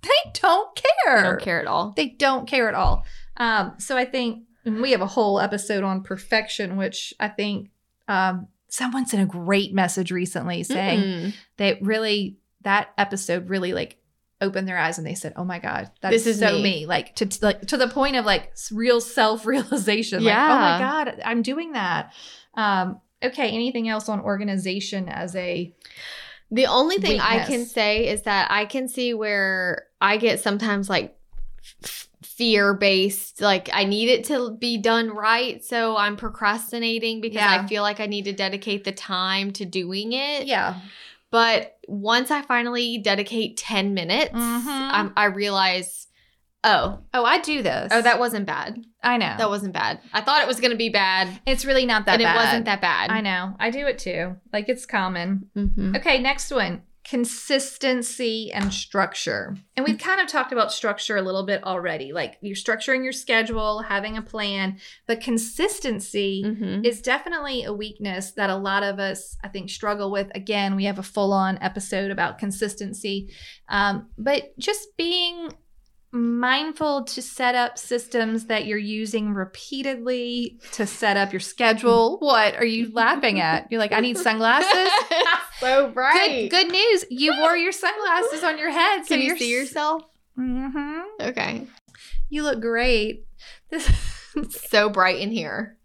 Speaker 3: They don't care.
Speaker 2: I don't care at all.
Speaker 3: They don't care at all. Um, so I think and we have a whole episode on perfection, which I think um, someone sent a great message recently saying
Speaker 2: Mm-mm.
Speaker 3: that really that episode really like opened their eyes and they said, "Oh my god, that's
Speaker 2: This is
Speaker 3: so
Speaker 2: me."
Speaker 3: me. Like to like to the point of like s- real self realization.
Speaker 2: Yeah.
Speaker 3: Like, oh my god, I'm doing that. Um, okay. Anything else on organization as a
Speaker 2: The only thing I can
Speaker 3: Weakness.
Speaker 2: say is that I can see where I get sometimes like f- fear based, like I need it to be done right. So I'm procrastinating because I
Speaker 3: Yeah.
Speaker 2: feel like I need to dedicate the time to doing it.
Speaker 3: yeah?
Speaker 2: But once I finally dedicate 10 minutes,
Speaker 3: Mhm.
Speaker 2: I'm, I realize, oh,
Speaker 3: Oh, I do this.
Speaker 2: oh, that wasn't bad.
Speaker 3: I know.
Speaker 2: That wasn't bad. I thought it was going to be bad,
Speaker 3: it's really not Oh. that
Speaker 2: and
Speaker 3: bad.
Speaker 2: it wasn't that bad.
Speaker 3: I know. I do it too. Like it's common.
Speaker 2: Mhm.
Speaker 3: Okay, next one consistency and structure. And we've kind of talked about structure a little bit already. Like you're structuring your schedule, having a plan, but consistency
Speaker 2: Mhm.
Speaker 3: is definitely a weakness that a lot of us, I think, struggle with. Again, we have a full on episode about consistency, um, but just being mindful to set up systems that you're using repeatedly to set up your schedule. What are you laughing at? You're like, I need sunglasses.
Speaker 2: so
Speaker 3: Good, good news. You wore your sunglasses on your head, so
Speaker 2: Can you
Speaker 3: you're
Speaker 2: see yourself?
Speaker 3: hmm
Speaker 2: Okay.
Speaker 3: You look great. This,
Speaker 2: It's so bright in here.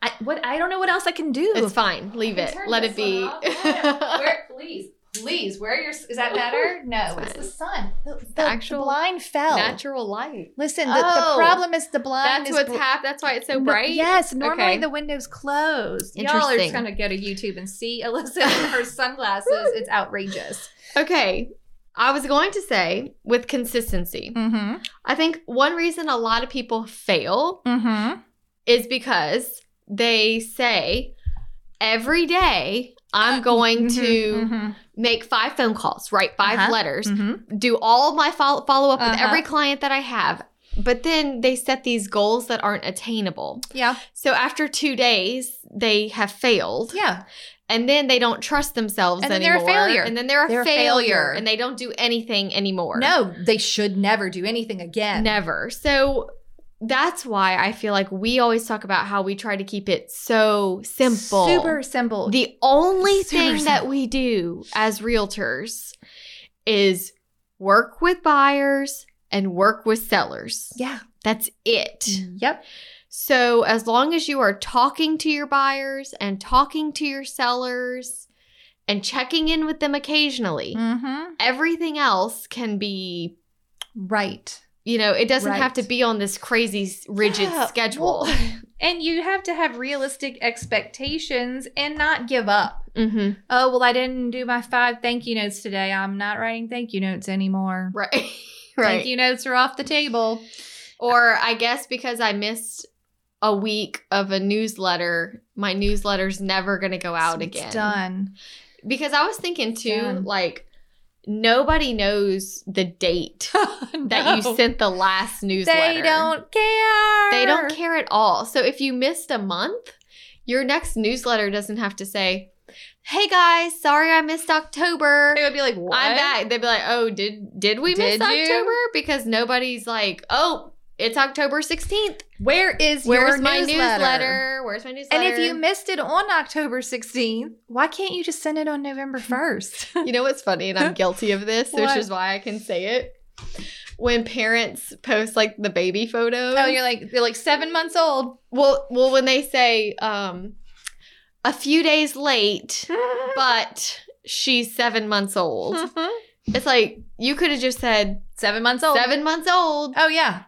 Speaker 3: I, what I don't know what else I can do.
Speaker 2: It's fine. Leave
Speaker 3: Can
Speaker 2: it.
Speaker 3: turn
Speaker 2: Let it
Speaker 3: this
Speaker 2: be.
Speaker 3: one off? Yeah. Wear- please, please wear your. Is that better? No,
Speaker 2: It's
Speaker 3: it's the sun. The, the- the
Speaker 2: actual
Speaker 1: blind fell.
Speaker 2: Natural light.
Speaker 1: Listen, the,
Speaker 2: Oh.
Speaker 1: the problem is the blind.
Speaker 2: That's
Speaker 1: is
Speaker 2: what's
Speaker 1: bl-
Speaker 2: hap. That's why it's so
Speaker 3: No-
Speaker 2: bright.
Speaker 1: Yes,
Speaker 3: Normally
Speaker 2: Okay.
Speaker 3: the window's closed. Y'all are
Speaker 2: Interesting.
Speaker 3: just gonna go to YouTube and see Alyssa in her sunglasses. It's outrageous.
Speaker 2: Okay. I was going to say with consistency.
Speaker 3: Mm-hmm.
Speaker 2: I think one reason a lot of people fail
Speaker 3: Mm-hmm.
Speaker 2: is because they say every day
Speaker 3: Uh,
Speaker 2: I'm going to make five phone calls, write 5
Speaker 3: mm-hmm, Uh-huh.
Speaker 2: letters, do all my follow, follow up with
Speaker 3: Uh-huh.
Speaker 2: every client that I have. But then they set these goals that aren't attainable.
Speaker 3: Yeah.
Speaker 2: So after two days, they have failed.
Speaker 3: Yeah.
Speaker 2: And then they don't trust themselves
Speaker 3: And then they're a
Speaker 2: anymore.
Speaker 3: failure.
Speaker 2: And then they're a
Speaker 3: They're a
Speaker 2: failure.
Speaker 3: failure.
Speaker 2: And they don't do anything anymore.
Speaker 3: No, they should never do anything again.
Speaker 2: Never. So that's why I feel like we always talk about how we try to keep it so simple.
Speaker 3: Super simple.
Speaker 2: The only
Speaker 3: Super
Speaker 2: thing that we do as realtors is work with buyers and work with sellers.
Speaker 3: yeah. Mm.
Speaker 2: That's it.
Speaker 3: Yep.
Speaker 2: So, as long as you are talking to your buyers and talking to your sellers and checking in with them occasionally,
Speaker 3: Mm-hmm.
Speaker 2: everything else can be,
Speaker 3: Right.
Speaker 2: you know, it doesn't have to
Speaker 3: Right.
Speaker 2: be on this crazy s- rigid
Speaker 3: Yeah, well-
Speaker 2: schedule.
Speaker 3: And you have to have realistic expectations and not give up.
Speaker 2: hmm
Speaker 3: Oh, well, I didn't do my five thank you notes today. I'm not writing thank you notes anymore.
Speaker 2: Right.
Speaker 3: Thank you notes are off the table.
Speaker 2: Or I guess because I missed a week of a newsletter, my newsletter's never going to go out
Speaker 3: It's
Speaker 2: again.
Speaker 3: done.
Speaker 2: Because I was thinking too,
Speaker 3: done.
Speaker 2: like, nobody knows the date that you
Speaker 3: No.
Speaker 2: sent the last newsletter.
Speaker 3: They don't care.
Speaker 2: They don't care at all. So if you missed a month, your next newsletter doesn't have to say, "Hey guys, sorry I missed October."
Speaker 3: They would be like, what?
Speaker 2: I'm back. They'd be like, "Oh, did did we
Speaker 3: Did
Speaker 2: miss
Speaker 3: you?
Speaker 2: October?" Because nobody's like, "Oh, it's October 16th.
Speaker 3: Where is
Speaker 2: Where's
Speaker 3: your
Speaker 2: my newsletter?
Speaker 3: newsletter?
Speaker 2: Where's my newsletter?"
Speaker 3: And if you missed it on October 16th, why can't you just send it on November 1st?
Speaker 2: You know what's funny, and I'm guilty of this, which
Speaker 3: What?
Speaker 2: is why I can say it. When parents post like the baby photos,
Speaker 3: oh, you're like, they're like seven months old.
Speaker 2: well, well, when they say um, a few days late, but she's seven months old, it's like you could have just said
Speaker 3: Seven months old.
Speaker 2: seven months old.
Speaker 3: Oh, yeah.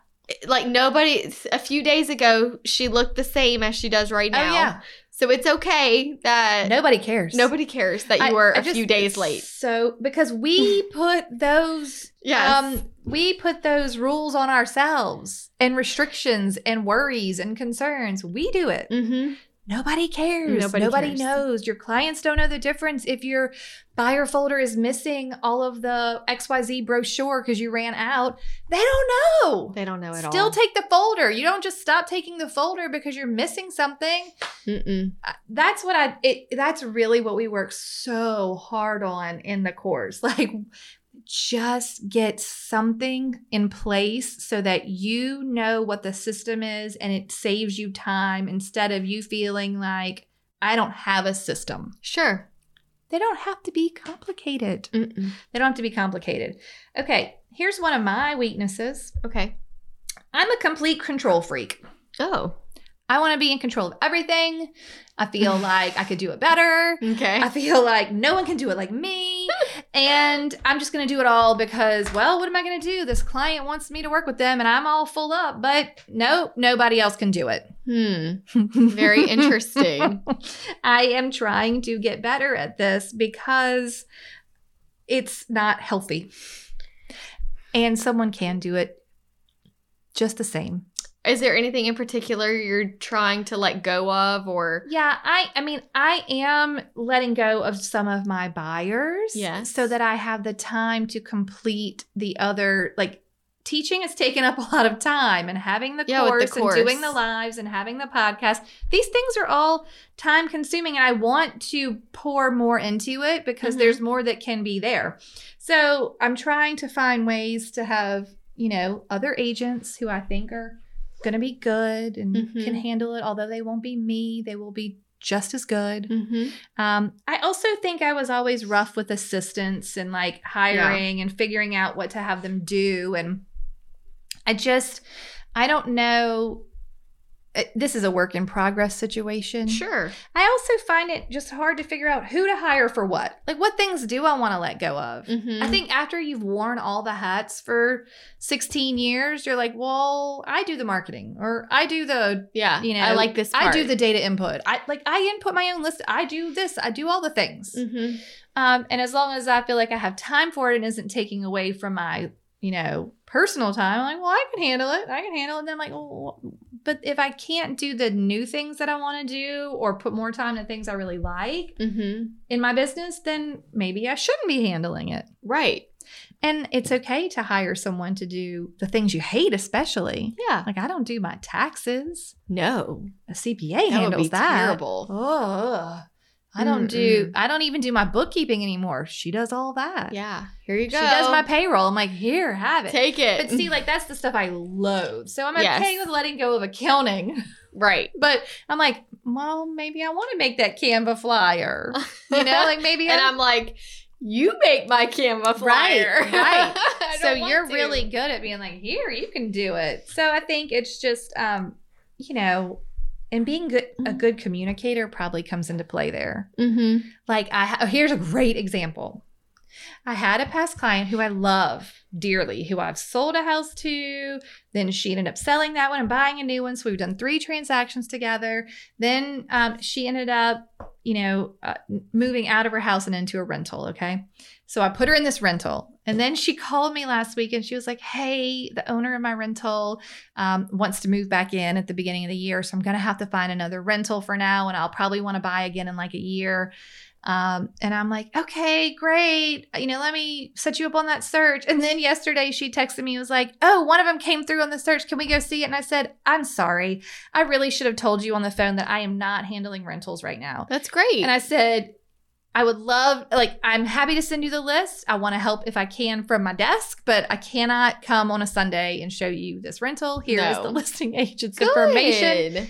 Speaker 2: Like nobody, a few days ago, she looked the same as she does right now.
Speaker 3: Oh, yeah.
Speaker 2: So it's okay that
Speaker 3: Nobody cares.
Speaker 2: nobody cares that you
Speaker 3: I-
Speaker 2: were
Speaker 3: I
Speaker 2: a
Speaker 3: just-
Speaker 2: few days late.
Speaker 3: So because we put those
Speaker 2: Yes.
Speaker 3: um we put those rules on ourselves and restrictions and worries and concerns. We do it.
Speaker 2: mm-hmm.
Speaker 3: Nobody cares.
Speaker 2: Nobody
Speaker 3: Nobody,
Speaker 2: cares.
Speaker 3: knows. Your clients don't know the difference if your buyer folder is missing all of the XYZ brochure because you ran out. They don't know.
Speaker 2: They don't know at
Speaker 3: Still
Speaker 2: all.
Speaker 3: take the folder. You don't just stop taking the folder because you're missing something.
Speaker 2: Mm-mm.
Speaker 3: I- that's what I it that's really what we work so hard on in the course. Like just get something in place so that you know what the system is and it saves you time instead of you feeling like, I don't have a system.
Speaker 2: Sure.
Speaker 3: They don't have to be complicated.
Speaker 2: Mm-mm.
Speaker 3: They don't have to be complicated. Okay, here's one of my weaknesses
Speaker 2: Okay.
Speaker 3: I'm a complete control freak.
Speaker 2: Oh.
Speaker 3: I want to be in control of everything. I feel like I could do it better.
Speaker 2: Okay.
Speaker 3: I feel like no one can do it like me. and I'm just going to do it all because, well, what am I going to do? This client wants me to work with them and I'm all full up, but nope, nobody else can do it.
Speaker 2: hmm. Very interesting.
Speaker 3: I am trying to get better at this because it's not healthy. And someone can do it just the same.
Speaker 2: Is there anything in particular you're trying to let go of or
Speaker 3: Yeah, I I mean, I am letting go of some of my buyers
Speaker 2: Yes.
Speaker 3: so that I have the time to complete the other like teaching has taken up a lot of time and having the,
Speaker 2: Yeah, with the
Speaker 3: course,
Speaker 2: course.
Speaker 3: and doing the lives and having the podcast. These things are all time consuming and I want to pour more into it because
Speaker 2: Mhm.
Speaker 3: there's more that can be there. So, I'm trying to find ways to have, you know, other agents who I think are going to be good and
Speaker 2: Mhm.
Speaker 3: can handle it. Although they won't be me, they will be just as good.
Speaker 2: mm-hmm.
Speaker 3: Um, I also think I was always rough with assistants and like hiring and figuring out what to have them do. And I just, I don't know. Uh, This is a work in progress situation.
Speaker 2: Sure.
Speaker 3: I also find it just hard to figure out who to hire for what. Like, what things do I want to let go of?
Speaker 2: Mm-hmm.
Speaker 3: I think after you've worn all the hats for 16 years, you're like, well, I do the marketing or I do the,
Speaker 2: yeah.
Speaker 3: you know,
Speaker 2: I like this. Part.
Speaker 3: I do the data input. I like, I input my own list. I do this. I do all the things.
Speaker 2: Mhm.
Speaker 3: Um, and as long as I feel like I have time for it and isn't taking away from my, you know, personal time, I'm like, well, I can handle it. I can handle it. And then I'm like, well, but if I can't do the new things that I want to do or put more time to things I really like
Speaker 2: Mhm.
Speaker 3: in my business, then maybe I shouldn't be handling it.
Speaker 2: Right.
Speaker 3: And it's okay to hire someone to do the things you hate, especially.
Speaker 2: Yeah.
Speaker 3: Like I don't do my taxes.
Speaker 2: No.
Speaker 3: A CPA
Speaker 2: That would
Speaker 3: handles
Speaker 2: be
Speaker 3: that.
Speaker 2: terrible.
Speaker 3: Oh, I don't do. I don't even do my bookkeeping anymore. She does all that.
Speaker 2: Yeah. Here you
Speaker 3: She
Speaker 2: go.
Speaker 3: does my payroll. I'm like, here, have it.
Speaker 2: Take it.
Speaker 3: but see, like that's the stuff I loathe. So I'm okay
Speaker 2: Yes.
Speaker 3: with letting go of accounting.
Speaker 2: right.
Speaker 3: But I'm like, well, maybe I want to make that Canva flyer. You know, like maybe
Speaker 2: and
Speaker 3: I-
Speaker 2: I'm like, you make my Canva
Speaker 3: Right,
Speaker 2: flyer.
Speaker 3: right.
Speaker 2: I
Speaker 3: so
Speaker 2: don't want
Speaker 3: you're
Speaker 2: to.
Speaker 3: really good at being like here you can do it so i think it's just um you know and being good a good communicator probably comes into play there
Speaker 2: Mm-hmm.
Speaker 3: like i ha- oh, here's a great example i had a past client who i love dearly who i've sold a house to then she ended up selling that one and buying a new one so we've done three transactions together then um, she ended up you know uh, moving out of her house and into a rental okay so i put her in this rental and then she called me last week and she was like hey the owner of my rental um, wants to move back in at the beginning of the year so i'm going to have to find another rental for now and i'll probably want to buy again in like a year um, and I'm like, okay, great. You know, let me set you up on that search. And then yesterday she texted me, was like, oh, one of them came through on the search. Can we go see it? And I said, I'm sorry. I really should have told you on the phone that I am not handling rentals right now.
Speaker 2: That's great.
Speaker 3: And I said, I would love, like, I'm happy to send you the list. I want to help if I can from my desk, but I cannot come on a Sunday and show you this rental. Here is
Speaker 2: No.
Speaker 3: the listing agent's
Speaker 2: Good.
Speaker 3: information.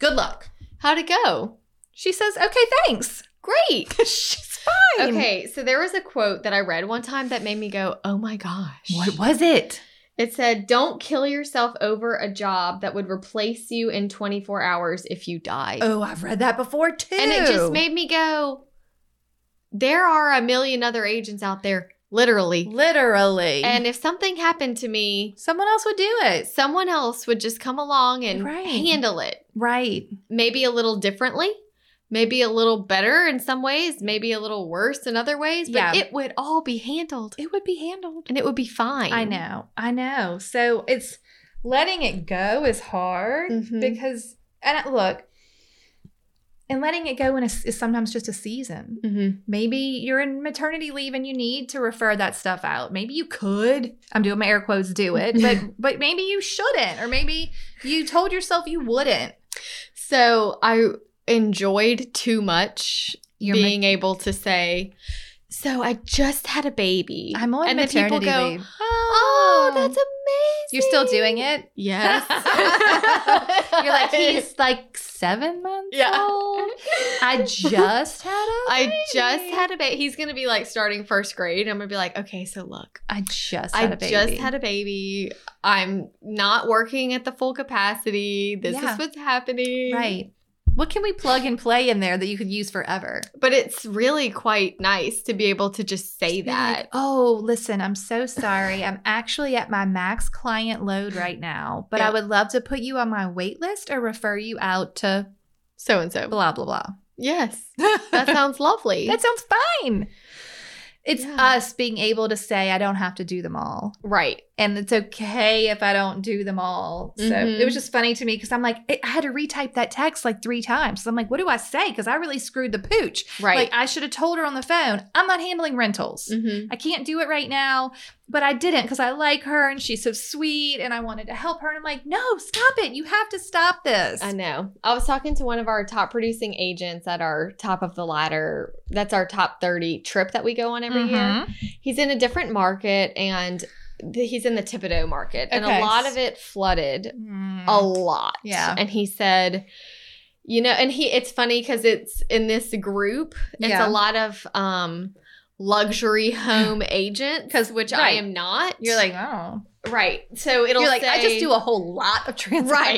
Speaker 3: Good luck.
Speaker 2: How'd it go?
Speaker 3: She says, okay, thanks.
Speaker 2: Great.
Speaker 3: She's fine.
Speaker 2: Okay, so there was a quote that I read one time that made me go, "Oh my gosh."
Speaker 3: What was it?
Speaker 2: It said, "Don't kill yourself over a job that would replace you in 24 hours if you died."
Speaker 3: Oh, I've read that before too.
Speaker 2: And it just made me go, "There are a million other agents out there, literally.
Speaker 3: literally.
Speaker 2: And if something happened to me,
Speaker 3: someone else would do it.
Speaker 2: someone else would just come along and
Speaker 3: Right.
Speaker 2: handle it."
Speaker 3: Right.
Speaker 2: maybe a little differently, maybe a little better in some ways, maybe a little worse in other ways, but
Speaker 3: Yeah.
Speaker 2: it would all be handled
Speaker 3: It would be handled.
Speaker 2: and it would be fine.
Speaker 3: I know. I know. So it's letting it go is hard
Speaker 2: Mhm.
Speaker 3: because and I- look, and letting it go in a, is sometimes just a season.
Speaker 2: Mhm.
Speaker 3: Maybe you're in maternity leave and you need to refer that stuff out. Maybe you could. I'm doing my air quotes. Do it, but but maybe you shouldn't, or maybe you told yourself you wouldn't.
Speaker 2: So I enjoyed too much
Speaker 3: You're
Speaker 2: being able to say, So I just had a baby.
Speaker 3: I'm on
Speaker 2: And the people
Speaker 3: maternity
Speaker 2: go,
Speaker 3: leave.
Speaker 2: oh, that's amazing.
Speaker 1: You're still doing it?
Speaker 3: Yes. You're like, he's like seven months
Speaker 2: Yeah.
Speaker 3: old. I just had a
Speaker 2: I just
Speaker 3: baby.
Speaker 2: had a baby. He's gonna be like starting first grade. I'm gonna be like, okay, so look,
Speaker 3: I just had
Speaker 2: I
Speaker 3: a baby.
Speaker 2: just had a baby. I'm not working at the full capacity. This
Speaker 3: Yeah.
Speaker 2: is what's happening.
Speaker 3: Right. What can we plug and play in there that you could use forever?
Speaker 2: But it's really quite nice to be able to just say
Speaker 3: Be like,
Speaker 2: that.
Speaker 3: oh, listen, I'm so sorry. I'm actually at my max client load right now, but I
Speaker 2: Yeah.
Speaker 3: would love to put you on my wait list or refer you out to
Speaker 2: So and so.
Speaker 3: blah, blah, blah.
Speaker 2: Yes. That sounds lovely.
Speaker 3: that sounds fine. It's
Speaker 2: Yeah.
Speaker 3: us being able to say, I don't have to do them all.
Speaker 2: right.
Speaker 3: and it's okay if I don't do them all. So
Speaker 2: Mhm.
Speaker 3: it was just funny to me because I'm like, I I had to retype that text like three times. So I'm like, what do I say? Because I really screwed the pooch.
Speaker 2: Right.
Speaker 3: Like I should have told her on the phone, I'm not handling rentals.
Speaker 2: mm-hmm.
Speaker 3: I can't do it right now, but I didn't because I like her and she's so sweet and I wanted to help her. And I'm like, no, stop it. You have to stop this.
Speaker 2: I know. I was talking to one of our top producing agents at our top of the ladder. That's our top 30 trip that we go on every year.
Speaker 3: Mhm.
Speaker 2: He's in a different market and th- he's in the Thibodeau market. And a
Speaker 3: Okay.
Speaker 2: lot of it flooded.
Speaker 3: Mm.
Speaker 2: A lot.
Speaker 3: Yeah.
Speaker 2: And he said, you know, and he it's funny because it's in this group, it's
Speaker 3: Yeah.
Speaker 2: a lot of um luxury home agents, because which I
Speaker 3: Right.
Speaker 2: am not.
Speaker 3: You're like, oh.
Speaker 2: right. So it'll
Speaker 3: You're like, I just
Speaker 2: say-
Speaker 3: do a whole lot of
Speaker 2: right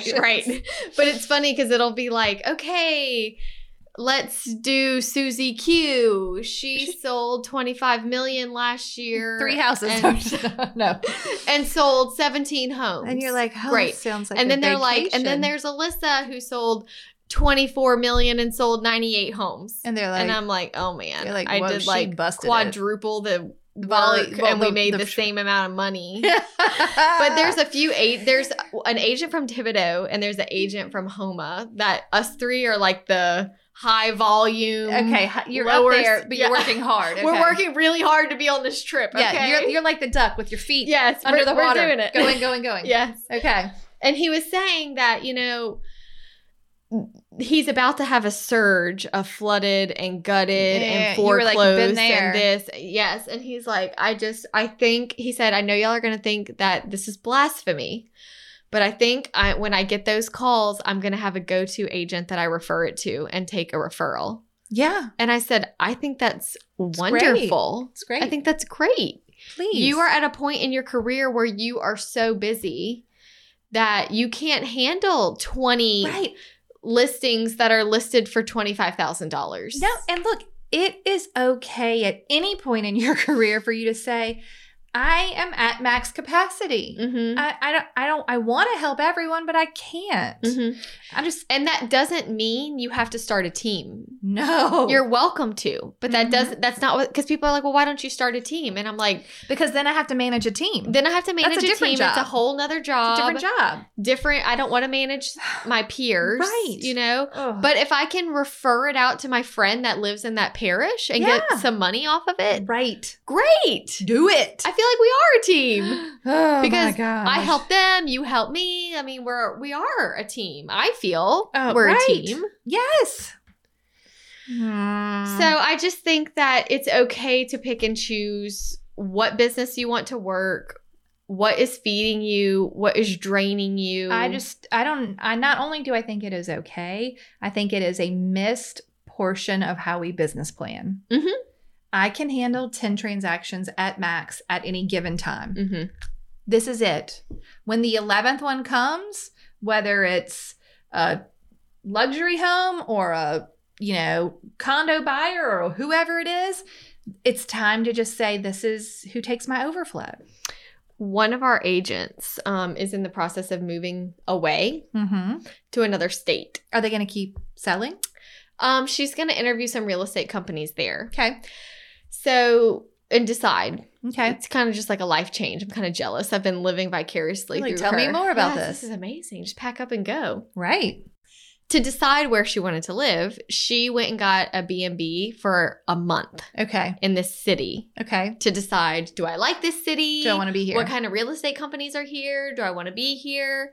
Speaker 3: transactions.
Speaker 2: right but it's funny because it'll be like okay let's do susie q she sold 25 million last year
Speaker 3: Three houses.
Speaker 2: And-
Speaker 3: no.
Speaker 2: and sold 17 homes
Speaker 3: And you're like, oh,
Speaker 2: Great.
Speaker 3: That sounds like
Speaker 2: and
Speaker 3: a
Speaker 2: then they're like and then
Speaker 3: vacation."
Speaker 2: there's alyssa who sold 24 million and sold 98 homes and,
Speaker 3: and they're like,
Speaker 2: i'm like oh man
Speaker 3: you're like,
Speaker 2: i
Speaker 3: "Whoa,
Speaker 2: did
Speaker 3: she
Speaker 2: like
Speaker 3: busted it."
Speaker 2: quadruple the
Speaker 3: Volley-
Speaker 2: work
Speaker 3: well,
Speaker 2: and we
Speaker 3: the-
Speaker 2: made
Speaker 3: the-
Speaker 2: the same amount of money
Speaker 3: but
Speaker 2: but there's a few eight. There's an agent from Thibodeau and there's an agent from Homa. That us three are like the high volume.
Speaker 3: okay, hi- you're
Speaker 2: lower-
Speaker 3: up there, but
Speaker 2: yeah.
Speaker 3: you're working hard.
Speaker 2: we're
Speaker 3: okay.
Speaker 2: working really hard to be on this trip. Okay?
Speaker 3: Yeah, you're, you're like the duck with your feet
Speaker 2: yes,
Speaker 3: under
Speaker 2: we're,
Speaker 3: the water,
Speaker 2: We're doing it.
Speaker 3: going, going, going.
Speaker 2: yes,
Speaker 3: Okay.
Speaker 2: and he was saying that you know he's about to have a surge of flooded and gutted
Speaker 3: Yeah,
Speaker 2: and
Speaker 3: you were like,
Speaker 2: foreclosed
Speaker 3: "Been there."
Speaker 2: and this yes and he's like i just i think he said i know y'all are gonna think that this is blasphemy but i think I, when i get those calls i'm gonna have a go-to agent that i refer it to and take a referral
Speaker 3: Yeah,
Speaker 2: and i said i think that's
Speaker 3: great.
Speaker 2: wonderful
Speaker 3: it's great.
Speaker 2: i think that's great
Speaker 3: please,
Speaker 2: you are at a point in your career where you are so busy that you can't handle 20
Speaker 3: right.
Speaker 2: listings that are listed for $25,000.
Speaker 3: No, and look, it is okay at any point in your career for you to say, "I am at max capacity."
Speaker 2: Mhm.
Speaker 3: I, I don't, I don't, I want to help everyone, but I can't.
Speaker 2: Mhm.
Speaker 3: I just
Speaker 2: And that doesn't mean you have to start a team.
Speaker 3: no.
Speaker 2: You're welcome to, but that
Speaker 3: Mhm.
Speaker 2: doesn't that's not what cuz people are like, "Well, why don't you start a team?" And I'm like,
Speaker 3: because then I have to manage a team.
Speaker 2: "Then I have to
Speaker 3: That's a
Speaker 2: manage a,
Speaker 3: different
Speaker 2: team. It's a
Speaker 3: job.
Speaker 2: whole nother job.
Speaker 3: It's a different job.
Speaker 2: Different- I don't want to manage my peers,
Speaker 3: Right.
Speaker 2: you know?
Speaker 3: Oh,
Speaker 2: But if I can refer it out to my friend that lives in that parish and
Speaker 3: Yeah.
Speaker 2: get some money off of it,
Speaker 3: right,
Speaker 2: great.
Speaker 3: do it.
Speaker 2: I feel like we are a team.
Speaker 3: oh
Speaker 2: Because
Speaker 3: gosh.
Speaker 2: I help them, you help me. I mean, we're we are a team. I feel
Speaker 3: Oh,
Speaker 2: we're
Speaker 3: right.
Speaker 2: a team.
Speaker 3: Yes. Mm.
Speaker 2: So I just think that it's okay to pick and choose what business you want to work, what is feeding you, what is draining you.
Speaker 3: I just I don't I not only do I think it is okay, I think it is a missed portion of how we business plan.
Speaker 2: Mhm.
Speaker 3: I can handle 10 transactions at max at any given time.
Speaker 2: Mhm.
Speaker 3: This is it. When the 11th one comes, whether it's a luxury home or a, you know, condo buyer or whoever it is, it's time to just say this is who takes my overflow.
Speaker 2: one of our agents um, is in the process of moving away
Speaker 3: Mm-hmm.
Speaker 2: to another state.
Speaker 3: Are they going to keep selling?
Speaker 2: Um, she's going to interview some real estate companies there.
Speaker 3: Okay.
Speaker 2: So and decide
Speaker 3: Okay.
Speaker 2: It's kind of just like a life change. I'm kind of jealous. I've been living vicariously
Speaker 3: Like,
Speaker 2: through
Speaker 3: tell me
Speaker 2: her.
Speaker 3: more about
Speaker 2: Yes,
Speaker 3: this.
Speaker 2: This is amazing. Just pack up and go.
Speaker 3: Right.
Speaker 2: To decide where she wanted to live, she went and got a B&B for a month
Speaker 3: Okay.
Speaker 2: in this city
Speaker 3: Okay.
Speaker 2: to decide, do I like this city?
Speaker 3: Do I want to be here?
Speaker 2: What kind of real estate companies are here? Do I want to be here?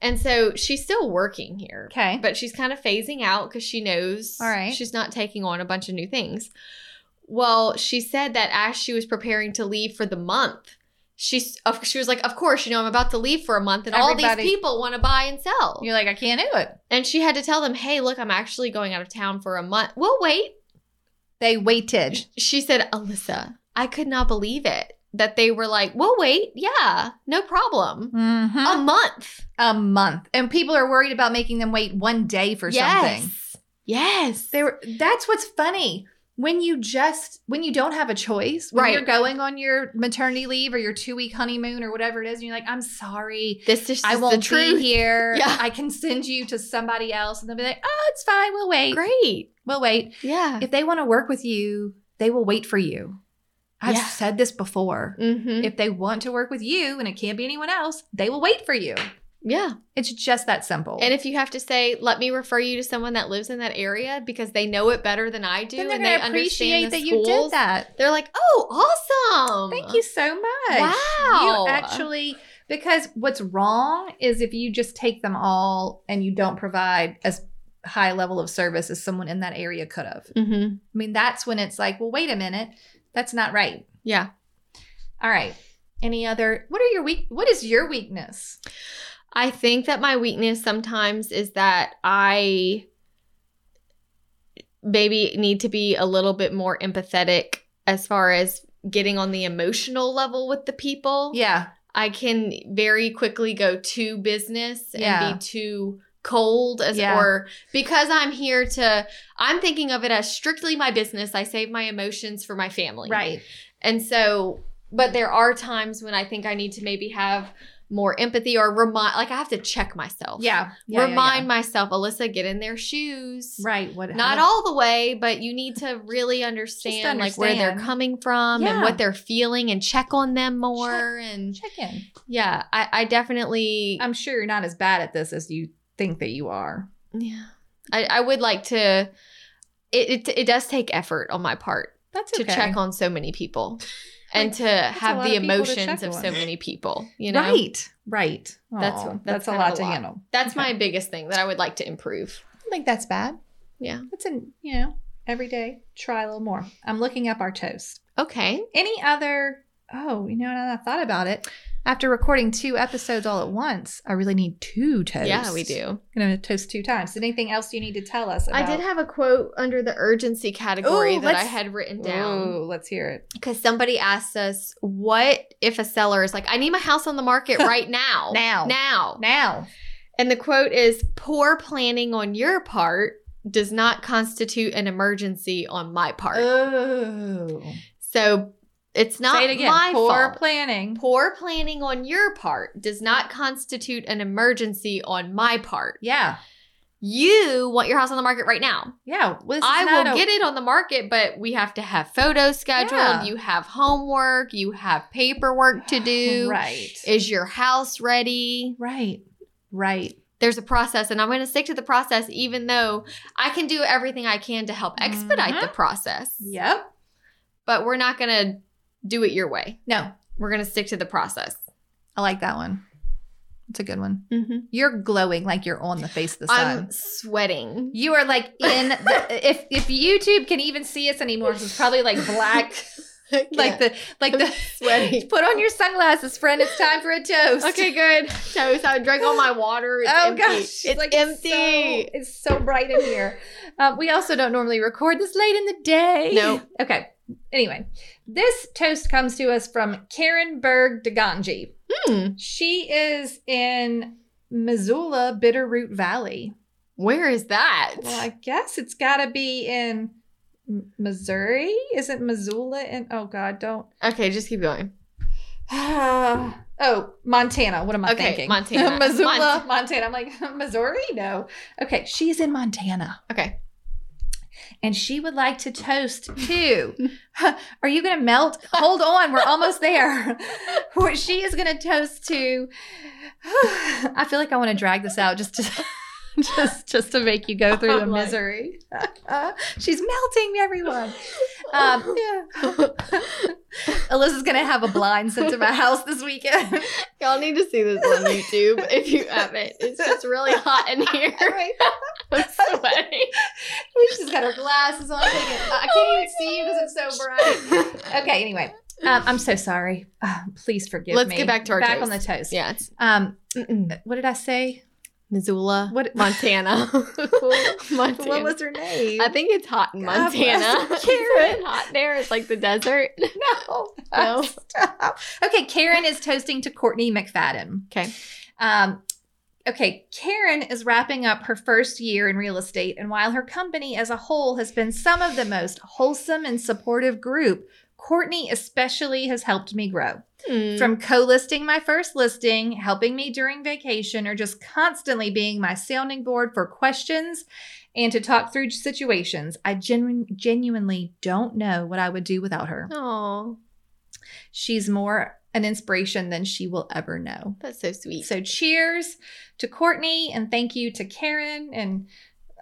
Speaker 2: And so she's still working here.
Speaker 3: okay.
Speaker 2: But she's kind of phasing out because she knows
Speaker 3: All right.
Speaker 2: she's not taking on a bunch of new things. Well, she said that as she was preparing to leave for the month, she s- of- she was like, "Of course, you know, I'm about to leave for a month, and all
Speaker 3: Everybody-
Speaker 2: these people want to buy and sell."
Speaker 3: You're like, I can't do it.
Speaker 2: And she had to tell them, "Hey, look, I'm actually going out of town for a month. We'll wait."
Speaker 3: They waited.
Speaker 2: She said, "Alyssa, I could not believe it that they were like, we'll wait. Yeah, no problem.
Speaker 3: Mm-hmm.
Speaker 2: A month
Speaker 3: A month, and people are worried about making them wait one day for
Speaker 2: yes.
Speaker 3: something.
Speaker 2: Yes,
Speaker 3: They were. That's what's funny. When you just when you don't have a choice, when
Speaker 2: Right.
Speaker 3: you're going on your maternity leave or your two week honeymoon or whatever it is, and you're like, I'm sorry,
Speaker 2: This is
Speaker 3: I
Speaker 2: just
Speaker 3: won't
Speaker 2: the truth.
Speaker 3: be here.
Speaker 2: Yeah.
Speaker 3: I can send you to somebody else, and they'll be like, Oh, it's fine. We'll wait.
Speaker 2: Great.
Speaker 3: We'll wait.
Speaker 2: Yeah.
Speaker 3: If they want to work with you, they will wait for you. I've
Speaker 2: Yeah.
Speaker 3: said this before.
Speaker 2: Mm-hmm.
Speaker 3: If they want to work with you and it can't be anyone else, they will wait for you.
Speaker 2: Yeah.
Speaker 3: It's just that simple.
Speaker 2: And if you have to say, let me refer you to someone that lives in that area because they know it better than I do
Speaker 3: then they're
Speaker 2: and
Speaker 3: going
Speaker 2: they
Speaker 3: to appreciate
Speaker 2: understand the
Speaker 3: that you
Speaker 2: schools,
Speaker 3: did that.
Speaker 2: They're like, oh, awesome.
Speaker 3: Thank you so much.
Speaker 2: Wow.
Speaker 3: You actually, because what's wrong is if you just take them all and you don't provide as high level of service as someone in that area could have. I
Speaker 2: Mm-hmm.
Speaker 3: mean, that's when it's like, well, wait a minute, that's not right.
Speaker 2: Yeah.
Speaker 3: All right. Any other? What are your weak? What is your weakness?
Speaker 2: I think that my weakness sometimes is that I maybe need to be a little bit more empathetic as far as getting on the emotional level with the people.
Speaker 3: Yeah.
Speaker 2: I can very quickly go to business and
Speaker 3: Yeah.
Speaker 2: be too cold as
Speaker 3: Yeah.
Speaker 2: or because I'm here to I'm thinking of it as strictly my business. I save my emotions for my family.
Speaker 3: Right.
Speaker 2: And so but there are times when I think I need to maybe have more empathy or remind like I have to check myself.
Speaker 3: Yeah.
Speaker 2: remind myself, Alyssa, get in their shoes.
Speaker 3: Right. What?
Speaker 2: Not all the way, but you need to really understand, like where they're
Speaker 3: understand.
Speaker 2: coming from and
Speaker 3: Yeah.
Speaker 2: what they're feeling and check on them more and
Speaker 3: Check in.
Speaker 2: yeah, I, I definitely.
Speaker 3: I'm sure you're not as bad at this as you think that you are.
Speaker 2: yeah, I, I would like to. It, it it does take effort on my part
Speaker 3: That's
Speaker 2: to check on so many people, and to
Speaker 3: a
Speaker 2: have
Speaker 3: lot
Speaker 2: the
Speaker 3: of people to
Speaker 2: emotions
Speaker 3: check
Speaker 2: of
Speaker 3: on.
Speaker 2: so many people. You know,
Speaker 3: Right. Right.
Speaker 2: That's-
Speaker 3: Aw,
Speaker 2: that's kind of a lot.
Speaker 3: handle.
Speaker 2: that's my
Speaker 3: Okay.
Speaker 2: biggest thing that I would like to improve.
Speaker 3: I don't think that's bad.
Speaker 2: Yeah.
Speaker 3: That's an you know every day try a little more. I'm looking up our toast.
Speaker 2: Okay,
Speaker 3: Any other? Oh, you know what? I thought about it. After recording two episodes all at once, I really need two toasts.
Speaker 2: yeah, we do.
Speaker 3: I'm gonna toast two times. Anything else you need to tell us? About?
Speaker 2: I did have a quote under the urgency category
Speaker 3: Ooh,
Speaker 2: that I
Speaker 3: let's-
Speaker 2: had written down.
Speaker 3: Ooh, let's hear it.
Speaker 2: because somebody asked us, "What if a seller is like, I need my house on the market right now,
Speaker 3: Now.
Speaker 2: now,
Speaker 3: Now,
Speaker 2: And the quote is poor planning on your part does not constitute an emergency on my part.
Speaker 3: oh,
Speaker 2: so it's not
Speaker 3: Uh, say it again.
Speaker 2: my
Speaker 3: Poor
Speaker 2: fault.
Speaker 3: planning.
Speaker 2: poor planning on your part does not constitute an emergency on my part.
Speaker 3: Yeah,
Speaker 2: You want your house on the market right now.
Speaker 3: yeah. Well, this is
Speaker 2: I
Speaker 3: not
Speaker 2: will
Speaker 3: a-
Speaker 2: get it on the market, but we have to have photos scheduled.
Speaker 3: Yeah.
Speaker 2: You have homework. You have paperwork to do.
Speaker 3: Right.
Speaker 2: Is your house ready?
Speaker 3: right. Right.
Speaker 2: there's a process and I'm going to stick to the process even though I can do everything I can to help expedite
Speaker 3: Mm-hmm.
Speaker 2: the process.
Speaker 3: Yep.
Speaker 2: But we're not going to do it your way.
Speaker 3: No,
Speaker 2: We're going to stick to the process.
Speaker 3: I like that one. It's a good one.
Speaker 2: Mm-hmm.
Speaker 3: You're glowing like you're on the face of the sun.
Speaker 2: I'm sweating.
Speaker 3: you are like in the, if if YouTube can even see us anymore, 'cause it's probably like black, like the like the
Speaker 2: sweating.
Speaker 3: Put on your sunglasses, friend. It's time for a toast.
Speaker 2: Okay, good. Toast. I drank all my water. It's
Speaker 3: oh
Speaker 2: empty.
Speaker 3: gosh,
Speaker 2: it's empty.
Speaker 3: So, it's so bright in here. Uh, we also don't normally record this late in the day.
Speaker 2: No.
Speaker 3: Okay. Anyway, this toast comes to us from Karen Berg Daganji.
Speaker 2: Hmm.
Speaker 3: She is in Missoula, Bitterroot Valley.
Speaker 2: Where is that?
Speaker 3: Well, I guess it's got to be in M- Missouri. Isn't Missoula in? Oh God, don't.
Speaker 2: okay, just keep going.
Speaker 3: oh, Montana. What am I
Speaker 2: Okay,
Speaker 3: thinking?
Speaker 2: Montana.
Speaker 3: Missoula,
Speaker 2: Mont-
Speaker 3: Montana. I'm like Missouri. No. Okay, she's in Montana,
Speaker 2: Okay.
Speaker 3: and she would like to toast to. Are you going to melt? Hold on, we're almost there. Where she is going to toast to. I feel like I want to drag this out just to. just just to make you go through the
Speaker 2: I'm like-
Speaker 3: misery. she's melting everyone. Um, Alyssa's gonna have a blind sent to my house this weekend.
Speaker 2: Y'all need to see this on YouTube if you haven't. It's just really hot in here. I'm sweating.
Speaker 3: she's got her glasses on. Taking, I can't even see you because it's so bright. Okay. Anyway, um, I'm so sorry. Uh, please forgive
Speaker 2: Let's
Speaker 3: me.
Speaker 2: get back to our
Speaker 3: back
Speaker 2: toast.
Speaker 3: on the toast.
Speaker 2: Yeah, it's
Speaker 3: Um, what did I say?
Speaker 2: Missoula,
Speaker 3: What-
Speaker 2: Montana. Montana.
Speaker 3: What was her name?
Speaker 2: I think it's hot in
Speaker 3: God bless
Speaker 2: Montana.
Speaker 3: you,
Speaker 2: Isn't it
Speaker 3: Karen.
Speaker 2: hot there. It's like the desert.
Speaker 3: no.
Speaker 2: No.
Speaker 3: Stop. Okay, Karen is toasting to Courtney McFadden.
Speaker 2: Okay.
Speaker 3: Um, okay, Karen is wrapping up her first year in real estate, and while her company as a whole has been some of the most wholesome and supportive group, Courtney especially has helped me grow.
Speaker 2: Mm-hmm.
Speaker 3: From co listing my first listing, helping me during vacation, or just constantly being my sounding board for questions and to talk through situations, I genu- genuinely don't know what I would do without her.
Speaker 2: Oh,
Speaker 3: She's more an inspiration than she will ever know.
Speaker 2: that's so sweet.
Speaker 3: So cheers to Courtney and thank you to Karen and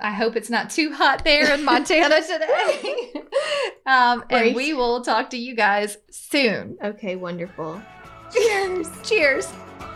Speaker 3: I hope it's not too hot there in Montana today. um,
Speaker 2: Right.
Speaker 3: and we will talk to you guys soon.
Speaker 2: okay, wonderful.
Speaker 3: Cheers. Cheers.